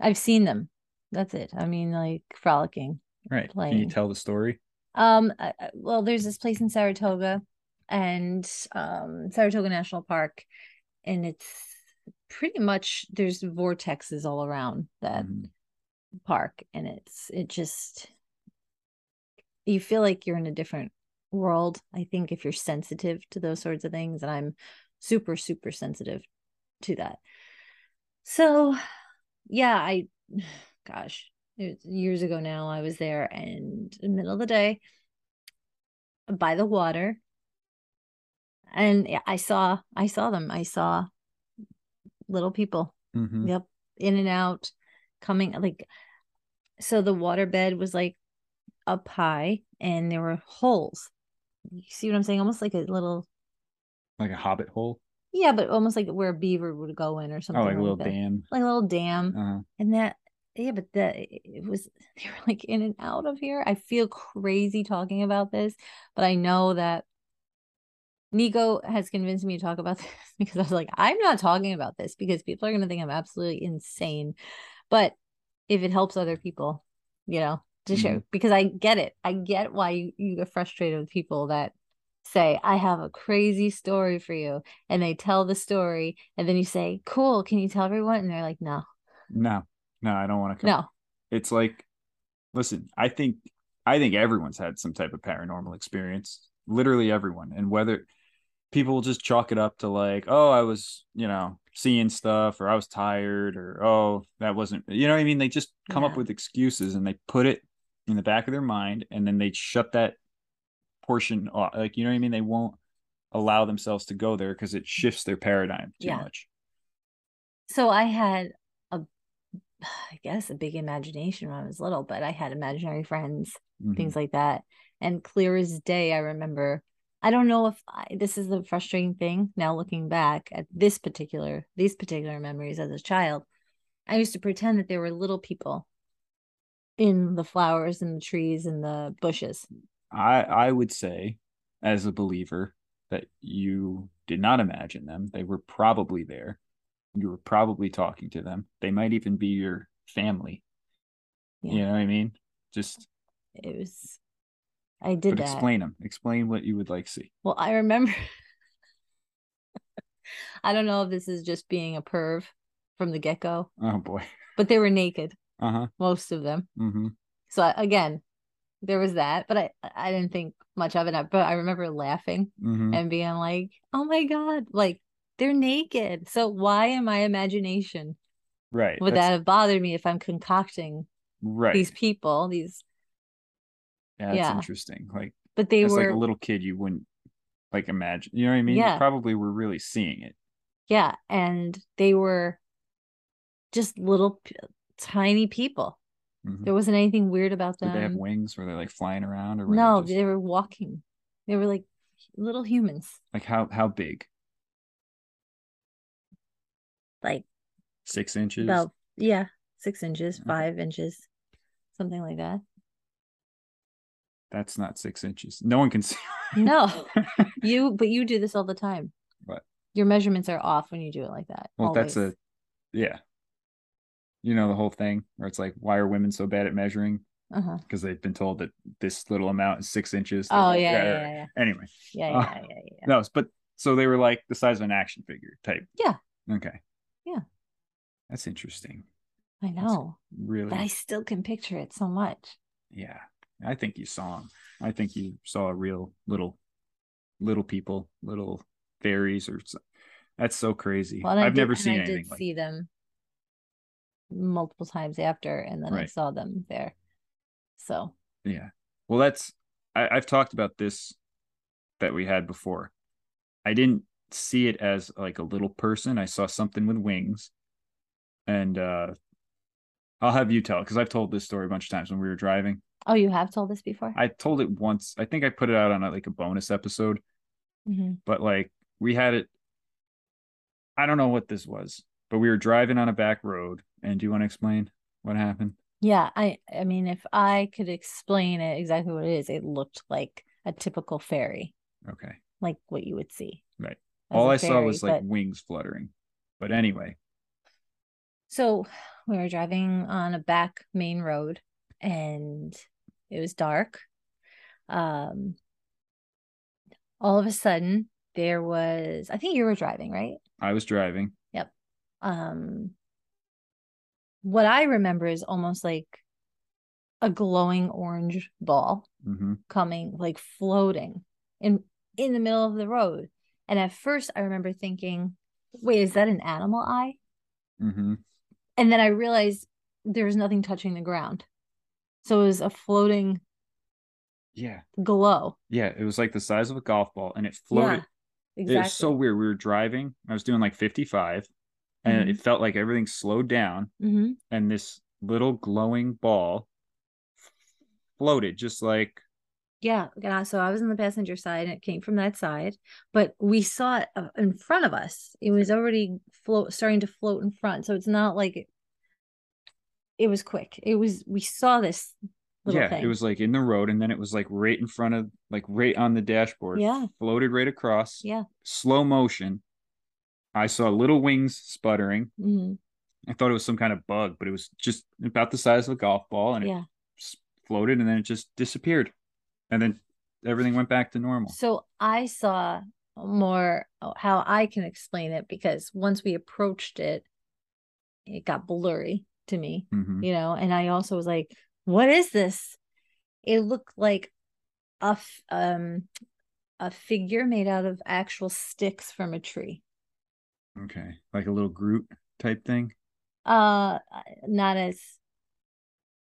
[SPEAKER 2] I've seen them. That's it. I mean, like frolicking.
[SPEAKER 1] Right. Can you
[SPEAKER 2] playing.
[SPEAKER 1] tell the story?
[SPEAKER 2] Um, I- I- well, there's this place in Saratoga, and um, Saratoga National Park, and it's pretty much there's vortexes all around that
[SPEAKER 1] Mhm.
[SPEAKER 2] park, and it's it just you feel like you're in a different world. I think if you're sensitive to those sorts of things, and I'm super super sensitive to that. So, yeah, I, gosh, it was years ago now, I was there and in the middle of the day by the water. And yeah, I saw, I saw them. I saw little people,
[SPEAKER 1] Mhm.
[SPEAKER 2] yep, in and out, coming like, so the water bed was like up high and there were holes. You see what I'm saying? Almost like a little,
[SPEAKER 1] Like a hobbit hole?
[SPEAKER 2] yeah, but almost like where a beaver would go in or something.
[SPEAKER 1] oh, like a little
[SPEAKER 2] that.
[SPEAKER 1] dam.
[SPEAKER 2] Like a little dam.
[SPEAKER 1] Uh,
[SPEAKER 2] And that, yeah, but that it was they were like in and out of here. I feel crazy talking about this, but I know that Nico has convinced me to talk about this because I was like, I'm not talking about this because people are gonna think I'm absolutely insane. But if it helps other people, you know, to share because I get it. I get why you, you get frustrated with people that say, I have a crazy story for you, and they tell the story, and then you say, Cool, can you tell everyone? And they're like, No,
[SPEAKER 1] no, no, I don't want to.
[SPEAKER 2] no.
[SPEAKER 1] It's like, listen, I think, I think everyone's had some type of paranormal experience. Literally everyone, and whether people will just chalk it up to like, oh, I was, you know, seeing stuff, or I was tired, or oh, that wasn't, you know what I mean? They just come
[SPEAKER 2] Yeah.
[SPEAKER 1] up with excuses and they put it in the back of their mind, and then they shut that portion off. Like, you know what I mean? They won't allow themselves to go there because it shifts their paradigm too
[SPEAKER 2] Yeah.
[SPEAKER 1] much.
[SPEAKER 2] so I had a, I guess, a big imagination when I was little, but I had imaginary friends,
[SPEAKER 1] Mhm.
[SPEAKER 2] things like that. And clear as day, I remember. I don't know if I, this is the frustrating thing now looking back at this particular, these particular memories as a child. I used to pretend that there were little people in the flowers and the trees and the bushes.
[SPEAKER 1] I I would say, as a believer, that you did not imagine them. They were probably there. You were probably talking to them. They might even be your family. You
[SPEAKER 2] Yeah.
[SPEAKER 1] know what I mean? Just
[SPEAKER 2] It was, I
[SPEAKER 1] but
[SPEAKER 2] did that.
[SPEAKER 1] explain them. Explain what you would like to see.
[SPEAKER 2] Well, I remember. I don't know if this is just being a perv from the get go,
[SPEAKER 1] Oh boy.
[SPEAKER 2] but they were naked,
[SPEAKER 1] Uh huh.
[SPEAKER 2] most of them.
[SPEAKER 1] Mm-hmm.
[SPEAKER 2] So I, again, there was that, but I I didn't think much of it. uh, But I remember laughing
[SPEAKER 1] Mm-hmm.
[SPEAKER 2] and being like, "Oh my god, like they're naked." So why in my imagination
[SPEAKER 1] Right.
[SPEAKER 2] would
[SPEAKER 1] that's-
[SPEAKER 2] that have bothered me if I'm concocting
[SPEAKER 1] right.
[SPEAKER 2] these people? These,
[SPEAKER 1] yeah, that's
[SPEAKER 2] yeah.
[SPEAKER 1] interesting. Like
[SPEAKER 2] but they
[SPEAKER 1] as
[SPEAKER 2] were
[SPEAKER 1] like a little kid, you wouldn't like imagine. You know what I mean?
[SPEAKER 2] Yeah.
[SPEAKER 1] You probably were really seeing it.
[SPEAKER 2] Yeah, and they were just little p- tiny people.
[SPEAKER 1] Mhm.
[SPEAKER 2] There wasn't anything weird about
[SPEAKER 1] Did
[SPEAKER 2] them.
[SPEAKER 1] they have wings? Were they like flying around or were
[SPEAKER 2] um no,
[SPEAKER 1] they just,
[SPEAKER 2] they were walking. They were like little humans,
[SPEAKER 1] like how how big?
[SPEAKER 2] like
[SPEAKER 1] Six inches?
[SPEAKER 2] about yeah, six inches,
[SPEAKER 1] Okay.
[SPEAKER 2] five inches, something like that.
[SPEAKER 1] That's not six inches. No one can see.
[SPEAKER 2] No, you but you do this all the time.
[SPEAKER 1] What?
[SPEAKER 2] your measurements are off when you do it like that.
[SPEAKER 1] Well, that's
[SPEAKER 2] always.
[SPEAKER 1] a, yeah. You know, the whole thing where it's like, why are women so bad at measuring?
[SPEAKER 2] Uh-huh.
[SPEAKER 1] Because they've been told that this little amount is six inches.
[SPEAKER 2] Oh
[SPEAKER 1] They're like,
[SPEAKER 2] yeah, yeah,
[SPEAKER 1] right, right.
[SPEAKER 2] yeah,
[SPEAKER 1] Anyway,
[SPEAKER 2] yeah, yeah,
[SPEAKER 1] Uh,
[SPEAKER 2] yeah, yeah, yeah.
[SPEAKER 1] no, but so they were like the size of an action figure type.
[SPEAKER 2] Yeah.
[SPEAKER 1] Okay.
[SPEAKER 2] Yeah.
[SPEAKER 1] That's interesting.
[SPEAKER 2] I know,
[SPEAKER 1] Really.
[SPEAKER 2] but I still can picture it so much.
[SPEAKER 1] yeah. I think you saw them. I think you saw a real little, little people, little fairies or. so- That's so crazy.
[SPEAKER 2] Well, and I
[SPEAKER 1] I've
[SPEAKER 2] did-
[SPEAKER 1] never
[SPEAKER 2] and
[SPEAKER 1] seen
[SPEAKER 2] I
[SPEAKER 1] anything
[SPEAKER 2] did
[SPEAKER 1] like.
[SPEAKER 2] see them multiple times after, and then I
[SPEAKER 1] Right.
[SPEAKER 2] saw them there. So
[SPEAKER 1] Yeah. Well, that's I, I've talked about this that we had before. I didn't see it as like a little person. I saw something with wings. And uh I'll have you tell it because I've told this story a bunch of times when we were driving.
[SPEAKER 2] Oh, you have told this before?
[SPEAKER 1] I told it once. I think I put it out on like a bonus episode
[SPEAKER 2] mm-hmm.
[SPEAKER 1] but like we had it i don't know what this was but we were driving on a back road and do you want to explain what happened
[SPEAKER 2] Yeah, I I mean if I could explain it exactly what it is, it looked like a typical fairy,
[SPEAKER 1] okay
[SPEAKER 2] like what you would see.
[SPEAKER 1] Right.
[SPEAKER 2] as
[SPEAKER 1] all
[SPEAKER 2] a
[SPEAKER 1] i saw
[SPEAKER 2] fairy,
[SPEAKER 1] was like
[SPEAKER 2] but-
[SPEAKER 1] wings fluttering but anyway
[SPEAKER 2] So we were driving on a back main road and it was dark. Um all of a sudden there was I think you were driving, right?
[SPEAKER 1] i was driving
[SPEAKER 2] Um what I remember is almost like a glowing orange ball
[SPEAKER 1] hmm
[SPEAKER 2] coming like floating in in the middle of the road and at first i remember thinking wait is that an animal eye
[SPEAKER 1] hmm
[SPEAKER 2] and then i realized there was nothing touching the ground so it was a floating
[SPEAKER 1] yeah
[SPEAKER 2] glow
[SPEAKER 1] yeah it was like the size of a golf ball and it floated
[SPEAKER 2] yeah
[SPEAKER 1] it was so weird we were driving i was doing like 55
[SPEAKER 2] Mm-hmm.
[SPEAKER 1] and it felt like everything slowed down
[SPEAKER 2] hmm
[SPEAKER 1] and this little glowing ball floated just like
[SPEAKER 2] yeah yeah so i was on the passenger side and it came from that side but we saw it uh, in front of us it was already float starting to float in front so it's not like it, it was quick it was we saw this little
[SPEAKER 1] yeah,
[SPEAKER 2] thing
[SPEAKER 1] it was like in the road, and then it was like right in front of, like right on the dashboard.
[SPEAKER 2] Yeah.
[SPEAKER 1] floated right across.
[SPEAKER 2] Yeah.
[SPEAKER 1] slow motion. I saw little wings sputtering.
[SPEAKER 2] Mhm.
[SPEAKER 1] I thought it was some kind of bug, but it was just about the size of a golf ball, and it
[SPEAKER 2] yeah
[SPEAKER 1] s- floated, and then it just disappeared, and then everything went back to normal.
[SPEAKER 2] So I saw more uh, how I can explain it because once we approached it, it got blurry to me,
[SPEAKER 1] hmm
[SPEAKER 2] you know. And I also was like, "What is this?" It looked like a f- um a figure made out of actual sticks from a tree.
[SPEAKER 1] Okay, like a little Groot type thing.
[SPEAKER 2] Uh, not as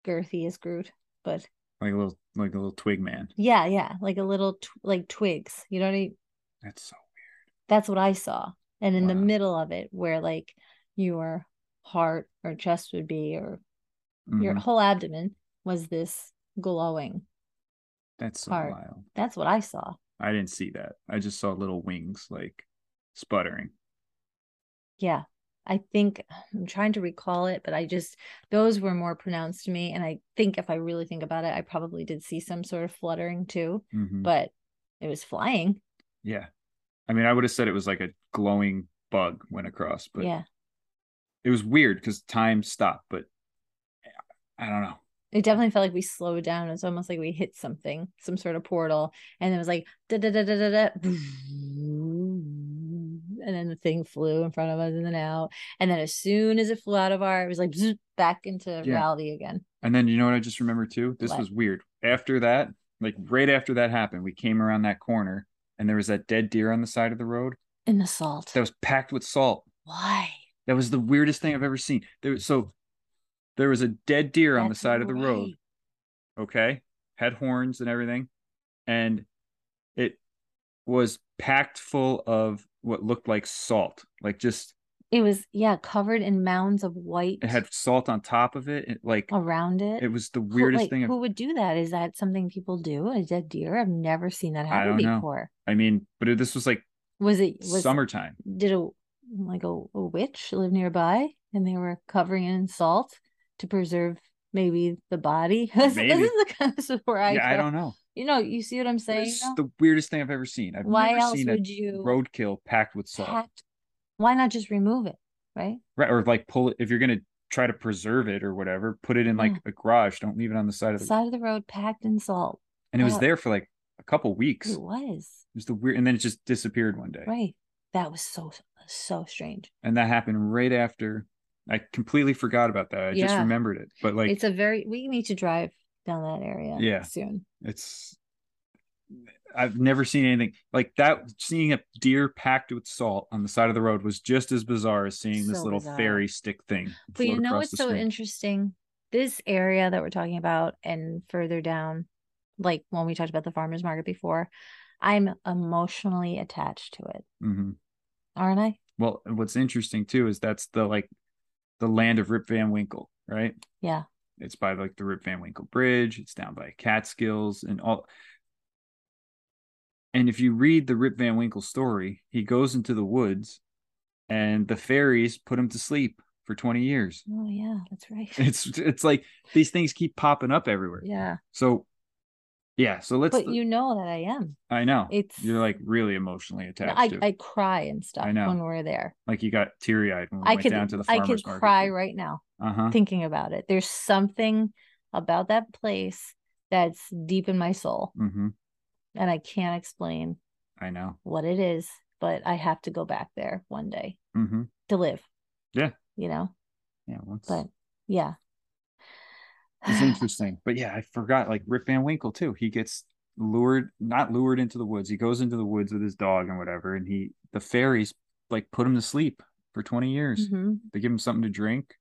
[SPEAKER 2] girthy as Groot, but
[SPEAKER 1] Like a little, like a little twig man.
[SPEAKER 2] yeah, yeah, like a little tw- like twigs. You know what I
[SPEAKER 1] That's so.
[SPEAKER 2] that's what I saw. And in the
[SPEAKER 1] Wow.
[SPEAKER 2] middle of it, where like your heart or chest would be, or your
[SPEAKER 1] Mhm.
[SPEAKER 2] whole abdomen was this glowing.
[SPEAKER 1] That's so
[SPEAKER 2] heart.
[SPEAKER 1] wild.
[SPEAKER 2] That's what I saw.
[SPEAKER 1] I didn't see that. I just saw little wings like sputtering.
[SPEAKER 2] Yeah. I think I'm trying to recall it, but I just, those were more pronounced to me. And I think if I really think about it, I probably did see some sort of fluttering too,
[SPEAKER 1] Mhm.
[SPEAKER 2] but it was flying.
[SPEAKER 1] Yeah. I mean, I would have said it was like a glowing bug went across, but
[SPEAKER 2] yeah.
[SPEAKER 1] it was weird because time stopped, but I don't know.
[SPEAKER 2] It definitely felt like we slowed down. It's almost like we hit something, some sort of portal, and it was like da da da da da da, and then the thing flew in front of us and then out, and then as soon as it flew out of our, it was like zoop, back into reality again.
[SPEAKER 1] And then you know what I just remembered too? This
[SPEAKER 2] What?
[SPEAKER 1] was weird. After that, like right after that happened, we came around that corner and there was that dead deer on the side of the road
[SPEAKER 2] In the salt.
[SPEAKER 1] that was packed with salt.
[SPEAKER 2] Why?
[SPEAKER 1] That was the weirdest thing I've ever seen. There was, so there was a dead deer on the
[SPEAKER 2] That's
[SPEAKER 1] side of the road.
[SPEAKER 2] right.
[SPEAKER 1] okay had horns and everything and it was packed full of what looked like salt like just
[SPEAKER 2] It was yeah, covered in mounds of white
[SPEAKER 1] it had salt on top of it, it like
[SPEAKER 2] around it.
[SPEAKER 1] it was the
[SPEAKER 2] Oh, Who-
[SPEAKER 1] weirdest
[SPEAKER 2] like,
[SPEAKER 1] thing I've-
[SPEAKER 2] Who would do that? Is that something people do? A dead deer? I've never seen that
[SPEAKER 1] I
[SPEAKER 2] happen
[SPEAKER 1] don't know.
[SPEAKER 2] before.
[SPEAKER 1] i mean but it, this was like
[SPEAKER 2] Was it was
[SPEAKER 1] summertime
[SPEAKER 2] did a like a, a witch live nearby and they were covering it in salt to preserve maybe the body. this,
[SPEAKER 1] Maybe.
[SPEAKER 2] this is the kind of stuff where I,
[SPEAKER 1] yeah, I
[SPEAKER 2] go-
[SPEAKER 1] don't know.
[SPEAKER 2] You know, you see what I'm saying?
[SPEAKER 1] It's
[SPEAKER 2] though?
[SPEAKER 1] the weirdest thing I've ever seen. I've
[SPEAKER 2] Why
[SPEAKER 1] never
[SPEAKER 2] else
[SPEAKER 1] seen a
[SPEAKER 2] would you
[SPEAKER 1] roadkill packed with salt.
[SPEAKER 2] pack- Why not just remove it? Right?
[SPEAKER 1] Right. Or like pull it if you're gonna try to preserve it or whatever, put it in like
[SPEAKER 2] Yeah.
[SPEAKER 1] a garage. Don't leave it on the side of the
[SPEAKER 2] Side of the road, packed in salt.
[SPEAKER 1] and it was
[SPEAKER 2] out.
[SPEAKER 1] there for like a couple weeks.
[SPEAKER 2] It
[SPEAKER 1] It
[SPEAKER 2] was
[SPEAKER 1] was the weird and then it just disappeared one day.
[SPEAKER 2] right. That was so so strange.
[SPEAKER 1] And that happened right after I completely forgot about that. I just
[SPEAKER 2] Yeah.
[SPEAKER 1] remembered it. But like
[SPEAKER 2] it's a very. We need to drive down that area.
[SPEAKER 1] Yeah.
[SPEAKER 2] Soon.
[SPEAKER 1] it's I've never seen anything like that. Seeing a deer packed with salt on the side of the road was just as bizarre as seeing this
[SPEAKER 2] So
[SPEAKER 1] little
[SPEAKER 2] bizarre.
[SPEAKER 1] fairy stick thing.
[SPEAKER 2] But you
[SPEAKER 1] float
[SPEAKER 2] know
[SPEAKER 1] across
[SPEAKER 2] what's
[SPEAKER 1] the
[SPEAKER 2] so
[SPEAKER 1] street.
[SPEAKER 2] interesting? This area that we're talking about and further down, like when we talked about the farmers market before, I'm emotionally attached to it,
[SPEAKER 1] Mhm.
[SPEAKER 2] aren't I?
[SPEAKER 1] Well, what's interesting too is that's the like the land of Rip Van Winkle, right?
[SPEAKER 2] Yeah.
[SPEAKER 1] It's by like the Rip Van Winkle Bridge. It's down by Catskills and all. And if you read the Rip Van Winkle story, he goes into the woods, and the fairies put him to sleep for twenty years.
[SPEAKER 2] Oh yeah, that's right.
[SPEAKER 1] It's it's like these things keep popping up everywhere.
[SPEAKER 2] yeah.
[SPEAKER 1] So, yeah. So let's.
[SPEAKER 2] But you know that I am.
[SPEAKER 1] I know
[SPEAKER 2] It's
[SPEAKER 1] you're like really emotionally attached.
[SPEAKER 2] I,
[SPEAKER 1] to it.
[SPEAKER 2] I cry and stuff
[SPEAKER 1] I know.
[SPEAKER 2] when we're there.
[SPEAKER 1] like you got teary eyed when we
[SPEAKER 2] I
[SPEAKER 1] went
[SPEAKER 2] could
[SPEAKER 1] down to the
[SPEAKER 2] I
[SPEAKER 1] farmers
[SPEAKER 2] could
[SPEAKER 1] market.
[SPEAKER 2] cry right now
[SPEAKER 1] Uh huh.
[SPEAKER 2] thinking about it. There's something about that place that's deep in my soul
[SPEAKER 1] Mm-hmm.
[SPEAKER 2] and I can't explain
[SPEAKER 1] I know.
[SPEAKER 2] what it is, but I have to go back there one day
[SPEAKER 1] Mm-hmm.
[SPEAKER 2] to live.
[SPEAKER 1] Yeah.
[SPEAKER 2] You know?
[SPEAKER 1] Yeah. Once.
[SPEAKER 2] But yeah.
[SPEAKER 1] It's interesting. But yeah, I forgot like Rip Van Winkle too. He gets lured, not lured into the woods. He goes into the woods with his dog and whatever, and he the fairies like put him to sleep for 20 years.
[SPEAKER 2] Mhm.
[SPEAKER 1] They give him something to drink.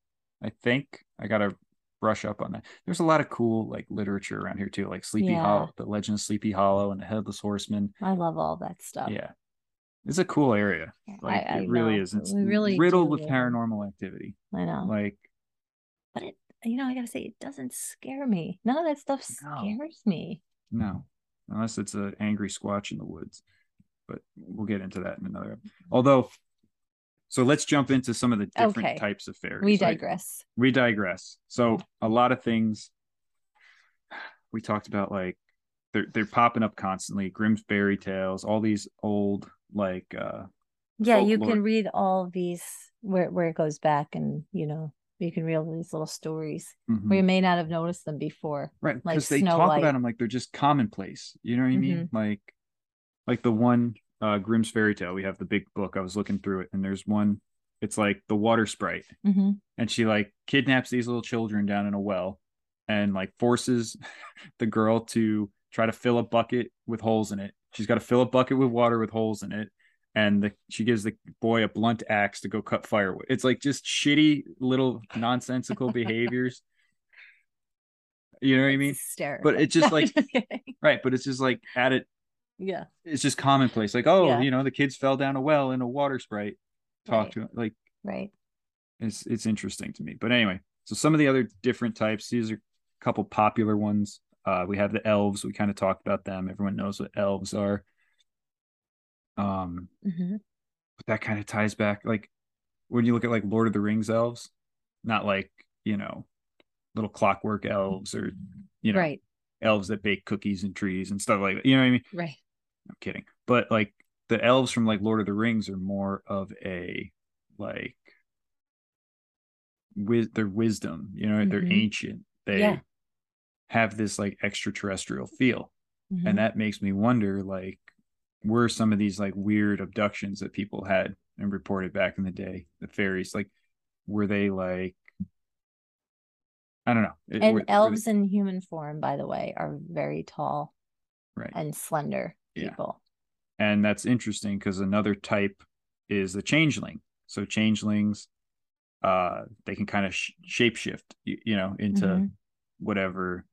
[SPEAKER 1] I think I gotta brush up on that. There's a lot of cool like literature around here too, like Sleepy
[SPEAKER 2] Yeah.
[SPEAKER 1] Hollow, the legend of Sleepy Hollow and the Headless Horseman.
[SPEAKER 2] I love all that stuff.
[SPEAKER 1] Yeah. It's a cool area. Like
[SPEAKER 2] I, I
[SPEAKER 1] it really
[SPEAKER 2] know.
[SPEAKER 1] is. It's
[SPEAKER 2] We really
[SPEAKER 1] riddled
[SPEAKER 2] do Um,
[SPEAKER 1] with
[SPEAKER 2] live-
[SPEAKER 1] paranormal activity.
[SPEAKER 2] I know.
[SPEAKER 1] Like
[SPEAKER 2] But it you know, I gotta say it doesn't scare me. None of that stuff
[SPEAKER 1] No.
[SPEAKER 2] scares me.
[SPEAKER 1] No, unless it's an angry squatch in the woods. But we'll get into that in another. ep- Although, so let's jump into some of the different
[SPEAKER 2] Okay.
[SPEAKER 1] types of fairies.
[SPEAKER 2] We
[SPEAKER 1] right?
[SPEAKER 2] digress.
[SPEAKER 1] We digress. So a lot of things we talked about, like they're they're popping up constantly. Grimm's fairy tales, all these old like uh
[SPEAKER 2] yeah you
[SPEAKER 1] folklore.
[SPEAKER 2] can read all these where where it goes back and you know you can read all these little stories
[SPEAKER 1] mhm.
[SPEAKER 2] where you may not have noticed them before
[SPEAKER 1] right
[SPEAKER 2] like
[SPEAKER 1] because they
[SPEAKER 2] Snow
[SPEAKER 1] talk
[SPEAKER 2] White. Mm-hmm.
[SPEAKER 1] about them like they're just commonplace you know what i mean like like the one uh grimm's fairy tale we have the big book i was looking through it and there's one it's like the water sprite
[SPEAKER 2] hmm
[SPEAKER 1] and she like kidnaps these little children down in a well and like forces the girl to try to fill a bucket with holes in it she's got to fill a bucket with water with holes in it and the, she gives the boy a blunt axe to go cut firewood it's like just shitty little nonsensical behaviors you know what i mean
[SPEAKER 2] hysterical.
[SPEAKER 1] it's just
[SPEAKER 2] No, I'm
[SPEAKER 1] like-
[SPEAKER 2] kidding.
[SPEAKER 1] Right, but it's just like at it.
[SPEAKER 2] yeah
[SPEAKER 1] It's just commonplace. Like, oh,
[SPEAKER 2] Yeah.
[SPEAKER 1] you know, the kids fell down a well in a water sprite. Talk
[SPEAKER 2] Right.
[SPEAKER 1] to 'em. like
[SPEAKER 2] right
[SPEAKER 1] it's it's interesting to me. But anyway, so some of the other different types. These are a couple popular ones. Uh, we have the elves. We kind of talked about them. Everyone knows what elves are. Um,
[SPEAKER 2] hmm
[SPEAKER 1] but that kind of ties back. Like when you look at like Lord of the Rings elves, not like you know, little clockwork elves or you know,
[SPEAKER 2] right
[SPEAKER 1] elves that bake cookies and trees and stuff like that. You know what I mean?
[SPEAKER 2] right
[SPEAKER 1] I'm kidding. But like the elves from like Lord of the Rings are more of a like with their wisdom, you know, they're
[SPEAKER 2] Mhm.
[SPEAKER 1] ancient. They
[SPEAKER 2] Yeah.
[SPEAKER 1] have this like extraterrestrial feel.
[SPEAKER 2] Mhm.
[SPEAKER 1] And that makes me wonder like were some of these like weird abductions that people had and reported back in the day, the fairies, like were they like I don't know. It-
[SPEAKER 2] and
[SPEAKER 1] were- were they-
[SPEAKER 2] elves in human form by the way are very tall
[SPEAKER 1] Right.
[SPEAKER 2] and slender
[SPEAKER 1] Yeah.
[SPEAKER 2] people
[SPEAKER 1] And that's interesting because another type is the changeling. So changelings, uh, they can kind of sh- shapeshift, you, you know, into
[SPEAKER 2] Mhm.
[SPEAKER 1] whatever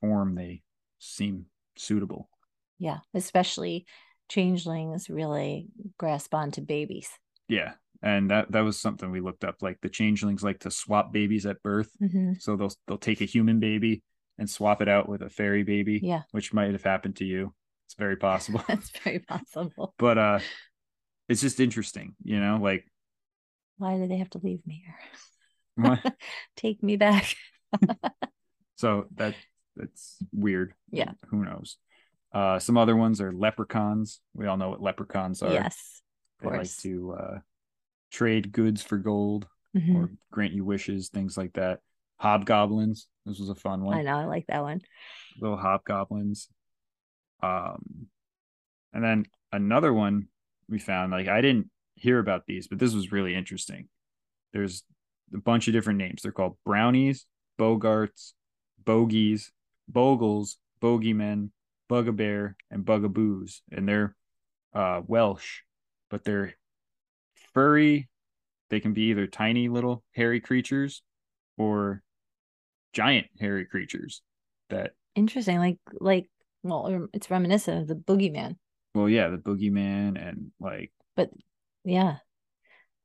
[SPEAKER 1] form they seem suitable.
[SPEAKER 2] yeah especially changelings really grasp onto babies
[SPEAKER 1] Yeah, and that that was something we looked up. Like the changelings like to swap babies at birth,
[SPEAKER 2] hmm
[SPEAKER 1] so they'll they'll take a human baby and swap it out with a fairy baby.
[SPEAKER 2] Yeah.
[SPEAKER 1] which might have happened to you. It's very possible.
[SPEAKER 2] that's very possible
[SPEAKER 1] but uh, it's just interesting, you know, like
[SPEAKER 2] why do they have to leave me here
[SPEAKER 1] What?
[SPEAKER 2] Take me back.
[SPEAKER 1] so that that's weird.
[SPEAKER 2] Yeah.
[SPEAKER 1] Who knows? Uh, some other ones are leprechauns. We all know what leprechauns are.
[SPEAKER 2] yes.
[SPEAKER 1] they like
[SPEAKER 2] course.
[SPEAKER 1] to uh, trade goods for gold
[SPEAKER 2] Mhm.
[SPEAKER 1] or grant you wishes, things like that. Hobgoblins. This was a fun one.
[SPEAKER 2] I know. I like that one.
[SPEAKER 1] little hobgoblins. Um, and then another one we found, like I didn't hear about these, but this was really interesting. There's a bunch of different names. They're called brownies, bogarts, bogies, bogles, bogeymen, bugabear, and bugaboos. And they're uh, Welsh, but they're furry. They can be either tiny little hairy creatures or giant hairy creatures that
[SPEAKER 2] Interesting. Like, like, well, rem- it's reminiscent of the boogeyman.
[SPEAKER 1] Well, yeah, the boogeyman and like
[SPEAKER 2] Yeah.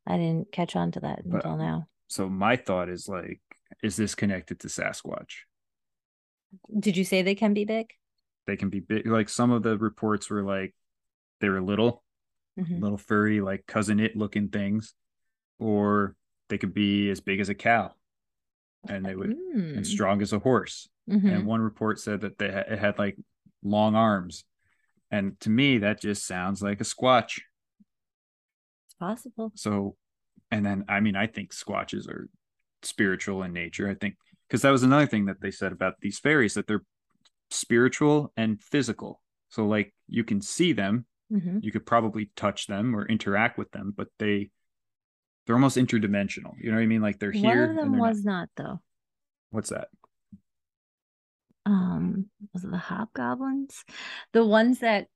[SPEAKER 2] I didn't catch on to that
[SPEAKER 1] But-
[SPEAKER 2] until now.
[SPEAKER 1] so my thought is like, is this connected to Sasquatch?
[SPEAKER 2] Did you say they can be big?
[SPEAKER 1] They can be big like some of the reports were like they were little,
[SPEAKER 2] Mhm.
[SPEAKER 1] little furry, like cousin it looking things, or they could be as big as a cow and they would
[SPEAKER 2] Mm.
[SPEAKER 1] and strong as a horse.
[SPEAKER 2] Mhm.
[SPEAKER 1] And one report said that they ha- it had like long arms. And to me, that just sounds like a squatch.
[SPEAKER 2] It's possible.
[SPEAKER 1] So, and then I mean, I think squatches are spiritual in nature. I think because that was another thing that they said about these fairies that they're spiritual and physical. So, like, you can see them,
[SPEAKER 2] Mhm.
[SPEAKER 1] you could probably touch them or interact with them, but they they're almost interdimensional. You know what I mean? Like they're
[SPEAKER 2] One
[SPEAKER 1] here.
[SPEAKER 2] of
[SPEAKER 1] and
[SPEAKER 2] them
[SPEAKER 1] they're not-
[SPEAKER 2] was not though.
[SPEAKER 1] what's that?
[SPEAKER 2] Um, was it the hobgoblins? The ones that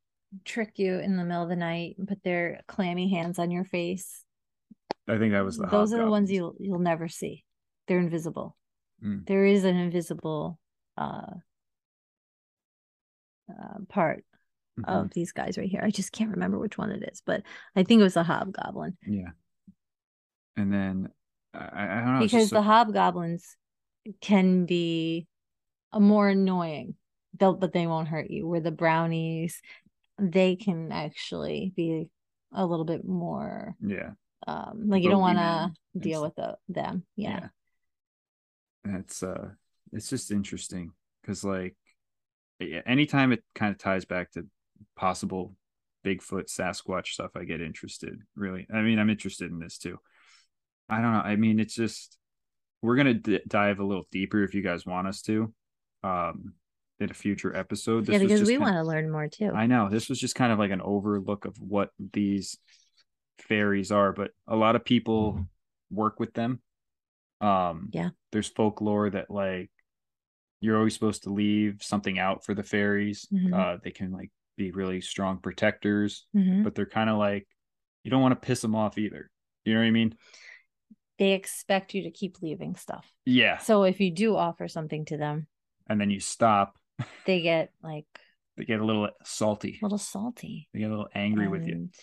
[SPEAKER 2] trick you in the middle of the night and put their clammy hands on your face.
[SPEAKER 1] I think that was the.
[SPEAKER 2] Those are the ones
[SPEAKER 1] hobgoblins.
[SPEAKER 2] you'll you'll never see. They're invisible.
[SPEAKER 1] Mm.
[SPEAKER 2] There is an invisible uh, uh part
[SPEAKER 1] Mhm.
[SPEAKER 2] of these guys right here. I just can't remember which one it is, but I think it was a hobgoblin
[SPEAKER 1] Yeah. And then I, I don't know Oh, it's
[SPEAKER 2] because
[SPEAKER 1] just so-
[SPEAKER 2] the hobgoblins can be a more annoying. They'll but they won't hurt you. Where the brownies, they can actually be a little bit more
[SPEAKER 1] yeah
[SPEAKER 2] um like you don't want
[SPEAKER 1] Bogeyman
[SPEAKER 2] to deal with the, them. Yeah.
[SPEAKER 1] that's uh it's just interesting because like yeah, anytime it kind of ties back to possible bigfoot sasquatch stuff i get interested really i mean i'm interested in this too i don't know i mean it's just we're gonna d- dive a little deeper if you guys want us to um in a future episode
[SPEAKER 2] yeah,
[SPEAKER 1] was
[SPEAKER 2] because
[SPEAKER 1] just
[SPEAKER 2] we
[SPEAKER 1] kinda-
[SPEAKER 2] want to learn more too.
[SPEAKER 1] I know this was just kind of like an overlook of what these fairies are, but a lot of people work with them. Um,
[SPEAKER 2] Yeah.
[SPEAKER 1] there's folklore that like you're always supposed to leave something out for the fairies.
[SPEAKER 2] Mhm.
[SPEAKER 1] Uh, they can like be really strong protectors,
[SPEAKER 2] Mhm.
[SPEAKER 1] but they're kind of like you don't want to piss them off either. You know what I mean?
[SPEAKER 2] They expect you to keep leaving stuff.
[SPEAKER 1] Yeah.
[SPEAKER 2] So if you do offer something to them,
[SPEAKER 1] And then you stop.
[SPEAKER 2] they get like
[SPEAKER 1] They get a little salty.
[SPEAKER 2] a little salty.
[SPEAKER 1] They get a little angry with you.
[SPEAKER 2] and-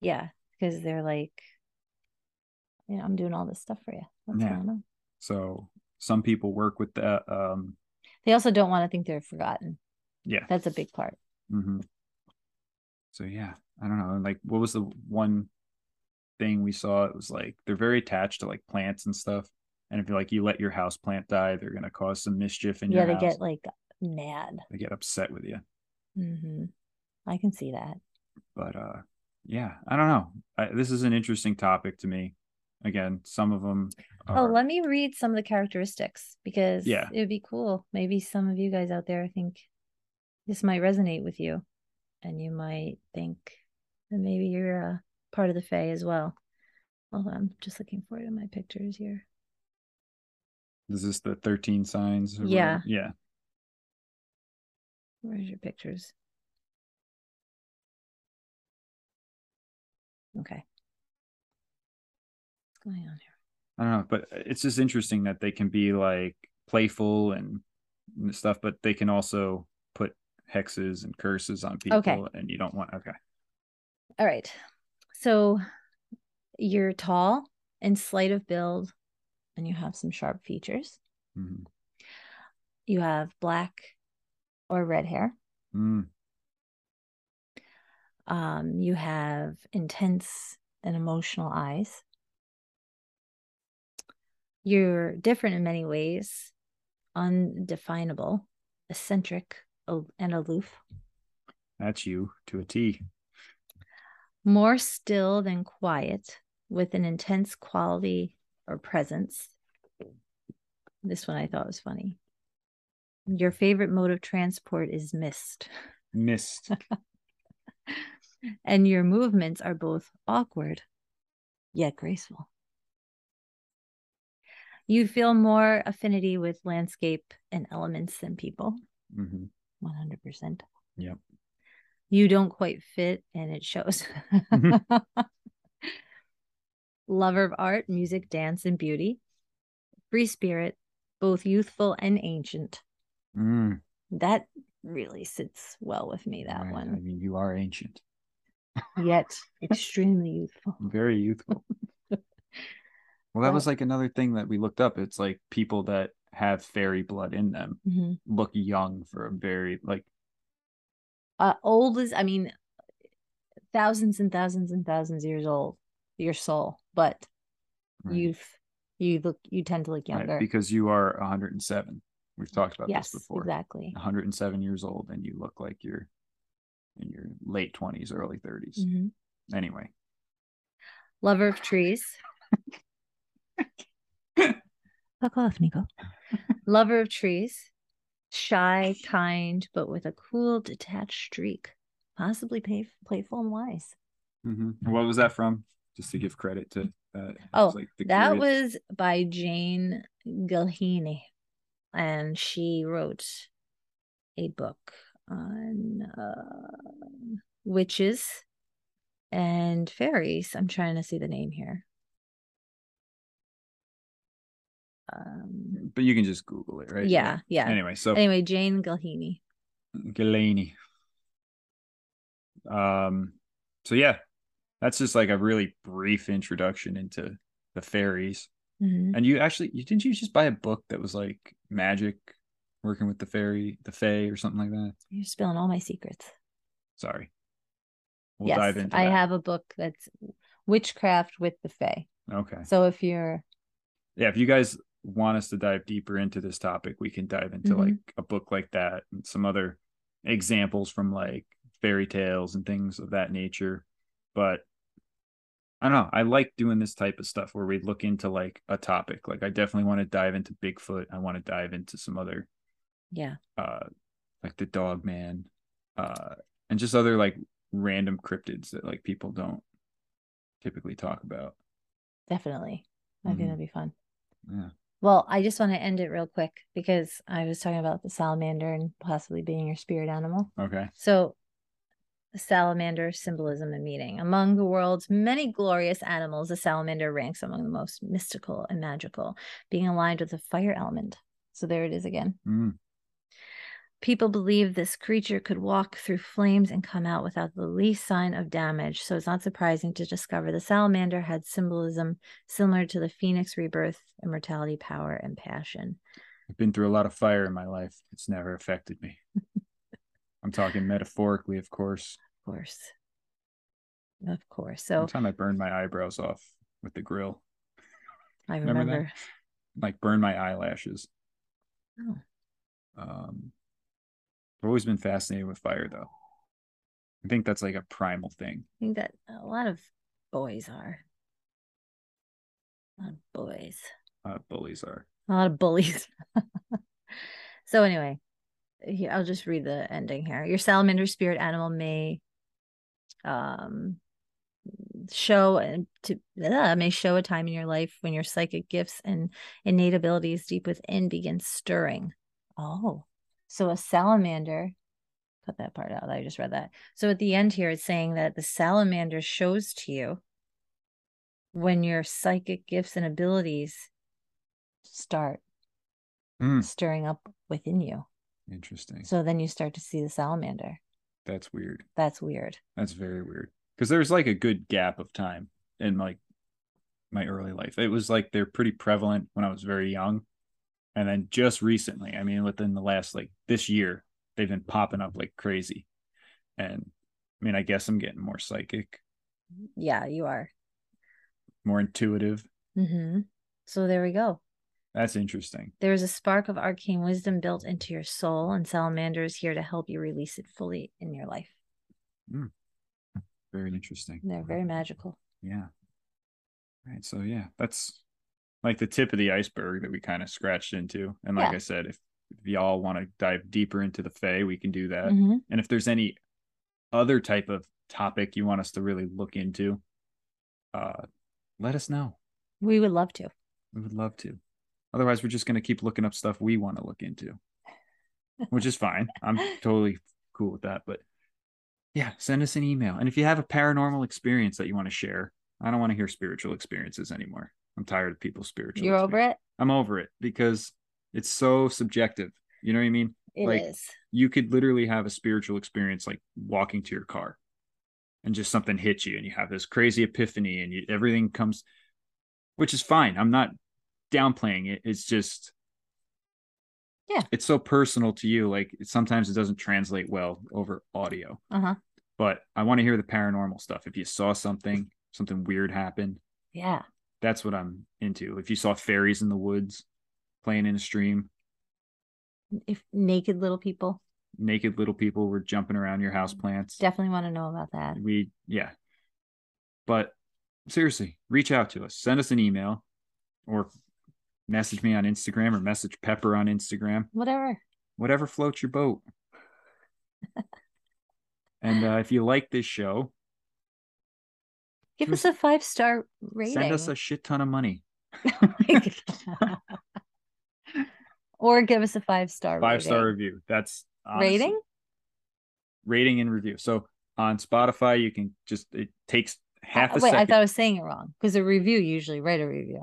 [SPEAKER 2] Yeah, because they're like, you know, I'm doing all this stuff for you. What's
[SPEAKER 1] Yeah.
[SPEAKER 2] going on?
[SPEAKER 1] So some people work with that. Um,
[SPEAKER 2] They also don't want to think they're forgotten.
[SPEAKER 1] yeah.
[SPEAKER 2] That's a big part.
[SPEAKER 1] Mm-hmm. So yeah, I don't know. And like, what was the one thing we saw? It was like they're very attached to like plants and stuff. And if you like you let your house plant die, they're gonna cause some mischief in
[SPEAKER 2] Yeah,
[SPEAKER 1] your
[SPEAKER 2] they
[SPEAKER 1] house.
[SPEAKER 2] get like mad.
[SPEAKER 1] they get upset with you.
[SPEAKER 2] hmm I can see that.
[SPEAKER 1] But uh, yeah, I don't know. I, this is an interesting topic to me. Again, some of them. Are,
[SPEAKER 2] Oh, let me read some of the characteristics because
[SPEAKER 1] Yeah.
[SPEAKER 2] it would be cool. Maybe some of you guys out there think this might resonate with you and you might think that maybe you're a part of the Fae as well. Hold on, I'm just looking forward to my pictures here.
[SPEAKER 1] is this the thirteen signs? or
[SPEAKER 2] Yeah.
[SPEAKER 1] whatever? yeah.
[SPEAKER 2] Where's your pictures? Okay. What's going on here?
[SPEAKER 1] I don't know, but it's just interesting that they can be like playful and, and stuff, but they can also put hexes and curses on people,
[SPEAKER 2] Okay.
[SPEAKER 1] and you don't want. Okay,
[SPEAKER 2] All right. So you're tall and slight of build, and you have some sharp features.
[SPEAKER 1] Mhm.
[SPEAKER 2] You have black or red hair.
[SPEAKER 1] Mm,
[SPEAKER 2] Um, you have intense and emotional eyes. You're different in many ways, undefinable, eccentric, al- and aloof.
[SPEAKER 1] That's you to a T.
[SPEAKER 2] more still than quiet with an intense quality or presence. This one I thought was funny. Your favorite mode of transport is mist,
[SPEAKER 1] Missed.
[SPEAKER 2] and your movements are both awkward yet graceful. You feel more affinity with landscape and elements than people.
[SPEAKER 1] hmm
[SPEAKER 2] 100%.
[SPEAKER 1] Yep.
[SPEAKER 2] You don't quite fit and it shows. Lover of art, music, dance, and beauty. Free spirit, both youthful and ancient.
[SPEAKER 1] Mm,
[SPEAKER 2] That really sits well with me, that
[SPEAKER 1] right. I
[SPEAKER 2] one.
[SPEAKER 1] mean, you are ancient,
[SPEAKER 2] Yet extremely youthful.
[SPEAKER 1] very youthful. well, that was
[SPEAKER 2] But-
[SPEAKER 1] like another thing that we looked up. It's like people that have fairy blood in them
[SPEAKER 2] Mhm.
[SPEAKER 1] look young for a very like
[SPEAKER 2] uh, old is i mean thousands and thousands and thousands of years old your soul but
[SPEAKER 1] Right.
[SPEAKER 2] you've you look you tend to look
[SPEAKER 1] right,
[SPEAKER 2] younger
[SPEAKER 1] because you are 107. We've talked about
[SPEAKER 2] yes
[SPEAKER 1] this before.
[SPEAKER 2] exactly
[SPEAKER 1] 107 years old, and you look like you're in your late 20s, early 30s.
[SPEAKER 2] Mhm.
[SPEAKER 1] Anyway,
[SPEAKER 2] lover of trees fuck off nico lover of trees shy kind but with a cool detached streak possibly pay- playful and wise
[SPEAKER 1] Mm-hmm. And what was that from? Just to give credit to that. It's
[SPEAKER 2] Oh,
[SPEAKER 1] like the
[SPEAKER 2] that
[SPEAKER 1] curious-
[SPEAKER 2] was by Jane Gilhane, and she wrote a book on uh, witches and fairies. I'm trying to see the name here. Um,
[SPEAKER 1] but you can just Google it, right?
[SPEAKER 2] yeah, yeah.
[SPEAKER 1] Anyway,
[SPEAKER 2] Anyway,
[SPEAKER 1] so
[SPEAKER 2] Jane Gilhane.
[SPEAKER 1] Galani. Um, so yeah, that's just like a really brief introduction into the fairies.
[SPEAKER 2] Mhm.
[SPEAKER 1] And you actually, you didn't you just buy a book that was like magic, working with the fairy, the fae, or something like that?
[SPEAKER 2] You're spilling all my secrets.
[SPEAKER 1] Sorry. We'll
[SPEAKER 2] yes,
[SPEAKER 1] dive into
[SPEAKER 2] I
[SPEAKER 1] that.
[SPEAKER 2] have a book that's witchcraft with the fae.
[SPEAKER 1] Okay.
[SPEAKER 2] So if you're
[SPEAKER 1] yeah if you guys want us to dive deeper into this topic we can dive into
[SPEAKER 2] Mhm.
[SPEAKER 1] like a book like that and some other examples from like fairy tales and things of that nature but i don't know i like doing this type of stuff where we look into like a topic like i definitely want to dive into bigfoot i want to dive into some other
[SPEAKER 2] yeah,
[SPEAKER 1] uh like the dog man uh and just other like random cryptids that like people don't typically talk about
[SPEAKER 2] definitely. I think
[SPEAKER 1] Mhm.
[SPEAKER 2] that'd be fun.
[SPEAKER 1] yeah
[SPEAKER 2] Well, I just want to end it real quick because I was talking about the salamander and possibly being your spirit animal.
[SPEAKER 1] okay
[SPEAKER 2] So, salamander symbolism and meaning. Among the world's many glorious animals, the salamander ranks among the most mystical and magical, being aligned with the fire element. So, there it is again.
[SPEAKER 1] Mm,
[SPEAKER 2] People believe this creature could walk through flames and come out without the least sign of damage, so it's not surprising to discover the salamander had symbolism similar to the phoenix rebirth, immortality, power, and passion.
[SPEAKER 1] I've been through a lot of fire in my life. It's never affected me. I'm talking metaphorically, of course.
[SPEAKER 2] Of course. Of course. So
[SPEAKER 1] One time I burned my eyebrows off with the grill,
[SPEAKER 2] I
[SPEAKER 1] remember that?
[SPEAKER 2] remember.
[SPEAKER 1] like burned my eyelashes.
[SPEAKER 2] Oh.
[SPEAKER 1] Um, I've always been fascinated with fire, though. I think that's like a primal thing.
[SPEAKER 2] I think that a lot of boys are. A lot of boys.
[SPEAKER 1] Uh, bullies are.
[SPEAKER 2] A lot of bullies. so anyway, here, I'll just read the ending here. Your salamander spirit animal may um show and to uh, may show a time in your life when your psychic gifts and innate abilities deep within begin stirring. Oh, so a salamander. Cut that part out. I just read that. So at the end here, it's saying that the salamander shows to you when your psychic gifts and abilities start
[SPEAKER 1] Hmm.
[SPEAKER 2] stirring up within you.
[SPEAKER 1] Interesting.
[SPEAKER 2] So then you start to see the salamander.
[SPEAKER 1] that's weird.
[SPEAKER 2] That's weird.
[SPEAKER 1] That's very weird. Because there's like a good gap of time in like my early life. It was like they're pretty prevalent when I was very young. And then just recently, I mean, within the last like this year, they've been popping up like crazy. And I mean, I guess I'm getting more psychic,
[SPEAKER 2] Yeah, you are.
[SPEAKER 1] more intuitive.
[SPEAKER 2] Mm-hmm. hmm So there we go.
[SPEAKER 1] That's interesting.
[SPEAKER 2] There is a spark of arcane wisdom built into your soul, and Salamander is here to help you release it fully in your life.
[SPEAKER 1] Very interesting.
[SPEAKER 2] And they're very magical.
[SPEAKER 1] Yeah. Right. So yeah, that's like the tip of the iceberg that we kind of scratched into. And like
[SPEAKER 2] Yeah.
[SPEAKER 1] I said, if, if y'all want to dive deeper into the Fae, we can do that.
[SPEAKER 2] Mhm.
[SPEAKER 1] And if there's any other type of topic you want us to really look into, uh, let us know.
[SPEAKER 2] We would love to.
[SPEAKER 1] We would love to. Otherwise, we're just going to keep looking up stuff we want to look into, which is fine. I'm totally cool with that. But yeah, send us an email. And if you have a paranormal experience that you want to share, I don't want to hear spiritual experiences anymore. I'm tired of people's spiritual.
[SPEAKER 2] You're over it?
[SPEAKER 1] I'm over it because it's so subjective. You know what I mean?
[SPEAKER 2] It is.
[SPEAKER 1] Like- You could literally have a spiritual experience like walking to your car and just something hits you and you have this crazy epiphany and you, everything comes, which is fine. I'm not downplaying it. It's just,
[SPEAKER 2] Yeah.
[SPEAKER 1] it's so personal to you. Like it, sometimes it doesn't translate well over audio,
[SPEAKER 2] Uh-huh.
[SPEAKER 1] but I want to hear the paranormal stuff. If you saw something, something weird happen,
[SPEAKER 2] Yeah.
[SPEAKER 1] that's what I'm into. If you saw fairies in the woods playing in a stream,
[SPEAKER 2] If naked little people
[SPEAKER 1] naked little people were jumping around your house plants.
[SPEAKER 2] definitely want to know about that.
[SPEAKER 1] We yeah. But seriously, reach out to us. Send us an email or message me on Instagram or message Pepper on Instagram.
[SPEAKER 2] Whatever.
[SPEAKER 1] Whatever floats your boat. and uh, if you like this show,
[SPEAKER 2] Give
[SPEAKER 1] Give
[SPEAKER 2] us a five star rating.
[SPEAKER 1] send us a shit ton of money.
[SPEAKER 2] or give us a five star
[SPEAKER 1] Five star review. That's honestly-
[SPEAKER 2] rating.
[SPEAKER 1] rating and review. So on Spotify, you can just it takes half a
[SPEAKER 2] Wait,
[SPEAKER 1] second.
[SPEAKER 2] I thought I was saying it wrong because a review usually write a review.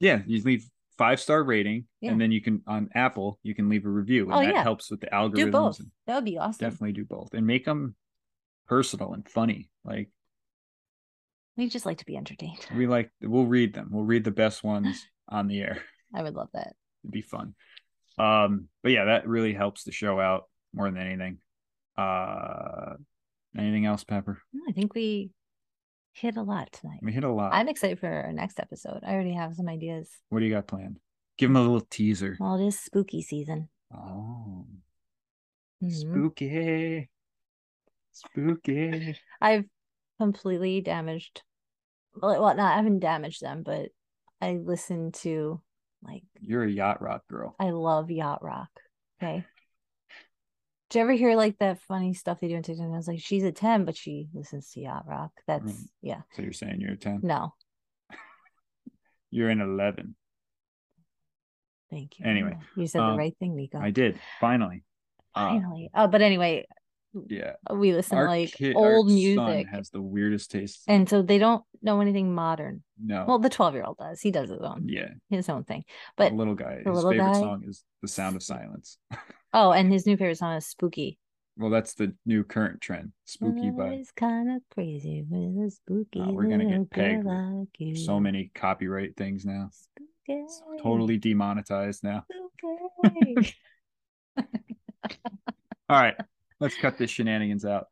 [SPEAKER 1] Yeah, you leave five star rating,
[SPEAKER 2] Yeah.
[SPEAKER 1] and then you can on Apple you can leave a review, and
[SPEAKER 2] Oh,
[SPEAKER 1] that
[SPEAKER 2] yeah.
[SPEAKER 1] helps with the
[SPEAKER 2] Do
[SPEAKER 1] algorithms.
[SPEAKER 2] both.
[SPEAKER 1] and
[SPEAKER 2] That would be awesome.
[SPEAKER 1] Definitely do both, and make them personal and funny. Like
[SPEAKER 2] We just like to be entertained.
[SPEAKER 1] we like, we'll read them. We'll read the best ones on the air.
[SPEAKER 2] I would love that.
[SPEAKER 1] It'd be fun. Um, but yeah, that really helps the show out more than anything. Uh, anything else, Pepper?
[SPEAKER 2] No, I think we hit a lot tonight.
[SPEAKER 1] We hit a lot.
[SPEAKER 2] I'm excited for our next episode. I already have some ideas.
[SPEAKER 1] What do you got planned? Give them a little teaser.
[SPEAKER 2] Well, it is spooky season.
[SPEAKER 1] Oh,
[SPEAKER 2] Mhm.
[SPEAKER 1] spooky, spooky.
[SPEAKER 2] I've completely damaged. Well, well, not I haven't damaged them, but I listened to like
[SPEAKER 1] You're a yacht rock girl.
[SPEAKER 2] I love yacht rock. Okay. Did you ever hear like that funny stuff they do on TikTok? And I was like, she's a 10, but she listens to yacht rock. That's
[SPEAKER 1] Mm.
[SPEAKER 2] yeah.
[SPEAKER 1] So you're saying you're a 10?
[SPEAKER 2] No,
[SPEAKER 1] You're an 11.
[SPEAKER 2] thank you.
[SPEAKER 1] Anyway,
[SPEAKER 2] No. you said the
[SPEAKER 1] um,
[SPEAKER 2] right thing, Nico.
[SPEAKER 1] I did. Finally. Uh,
[SPEAKER 2] Finally. Oh, but anyway,
[SPEAKER 1] yeah.
[SPEAKER 2] we listen to
[SPEAKER 1] Our
[SPEAKER 2] like
[SPEAKER 1] kid- our
[SPEAKER 2] old
[SPEAKER 1] son
[SPEAKER 2] music.
[SPEAKER 1] has the weirdest taste.
[SPEAKER 2] And so they don't know anything modern.
[SPEAKER 1] no.
[SPEAKER 2] Well, the 12 year old does. He does his own,
[SPEAKER 1] yeah.
[SPEAKER 2] his own thing. But
[SPEAKER 1] the little guy.
[SPEAKER 2] the
[SPEAKER 1] his
[SPEAKER 2] little
[SPEAKER 1] favorite
[SPEAKER 2] guy-
[SPEAKER 1] song is The Sound of Silence.
[SPEAKER 2] oh, and his new favorite song is Spooky.
[SPEAKER 1] Well, that's the new current trend. Spooky by
[SPEAKER 2] It's kind of crazy with a spooky.
[SPEAKER 1] we're gonna get
[SPEAKER 2] little
[SPEAKER 1] pegged
[SPEAKER 2] girl like you.
[SPEAKER 1] so many copyright things now.
[SPEAKER 2] Spooky.
[SPEAKER 1] It's totally demonetized now.
[SPEAKER 2] Spooky.
[SPEAKER 1] All right. Let's cut this shenanigans out.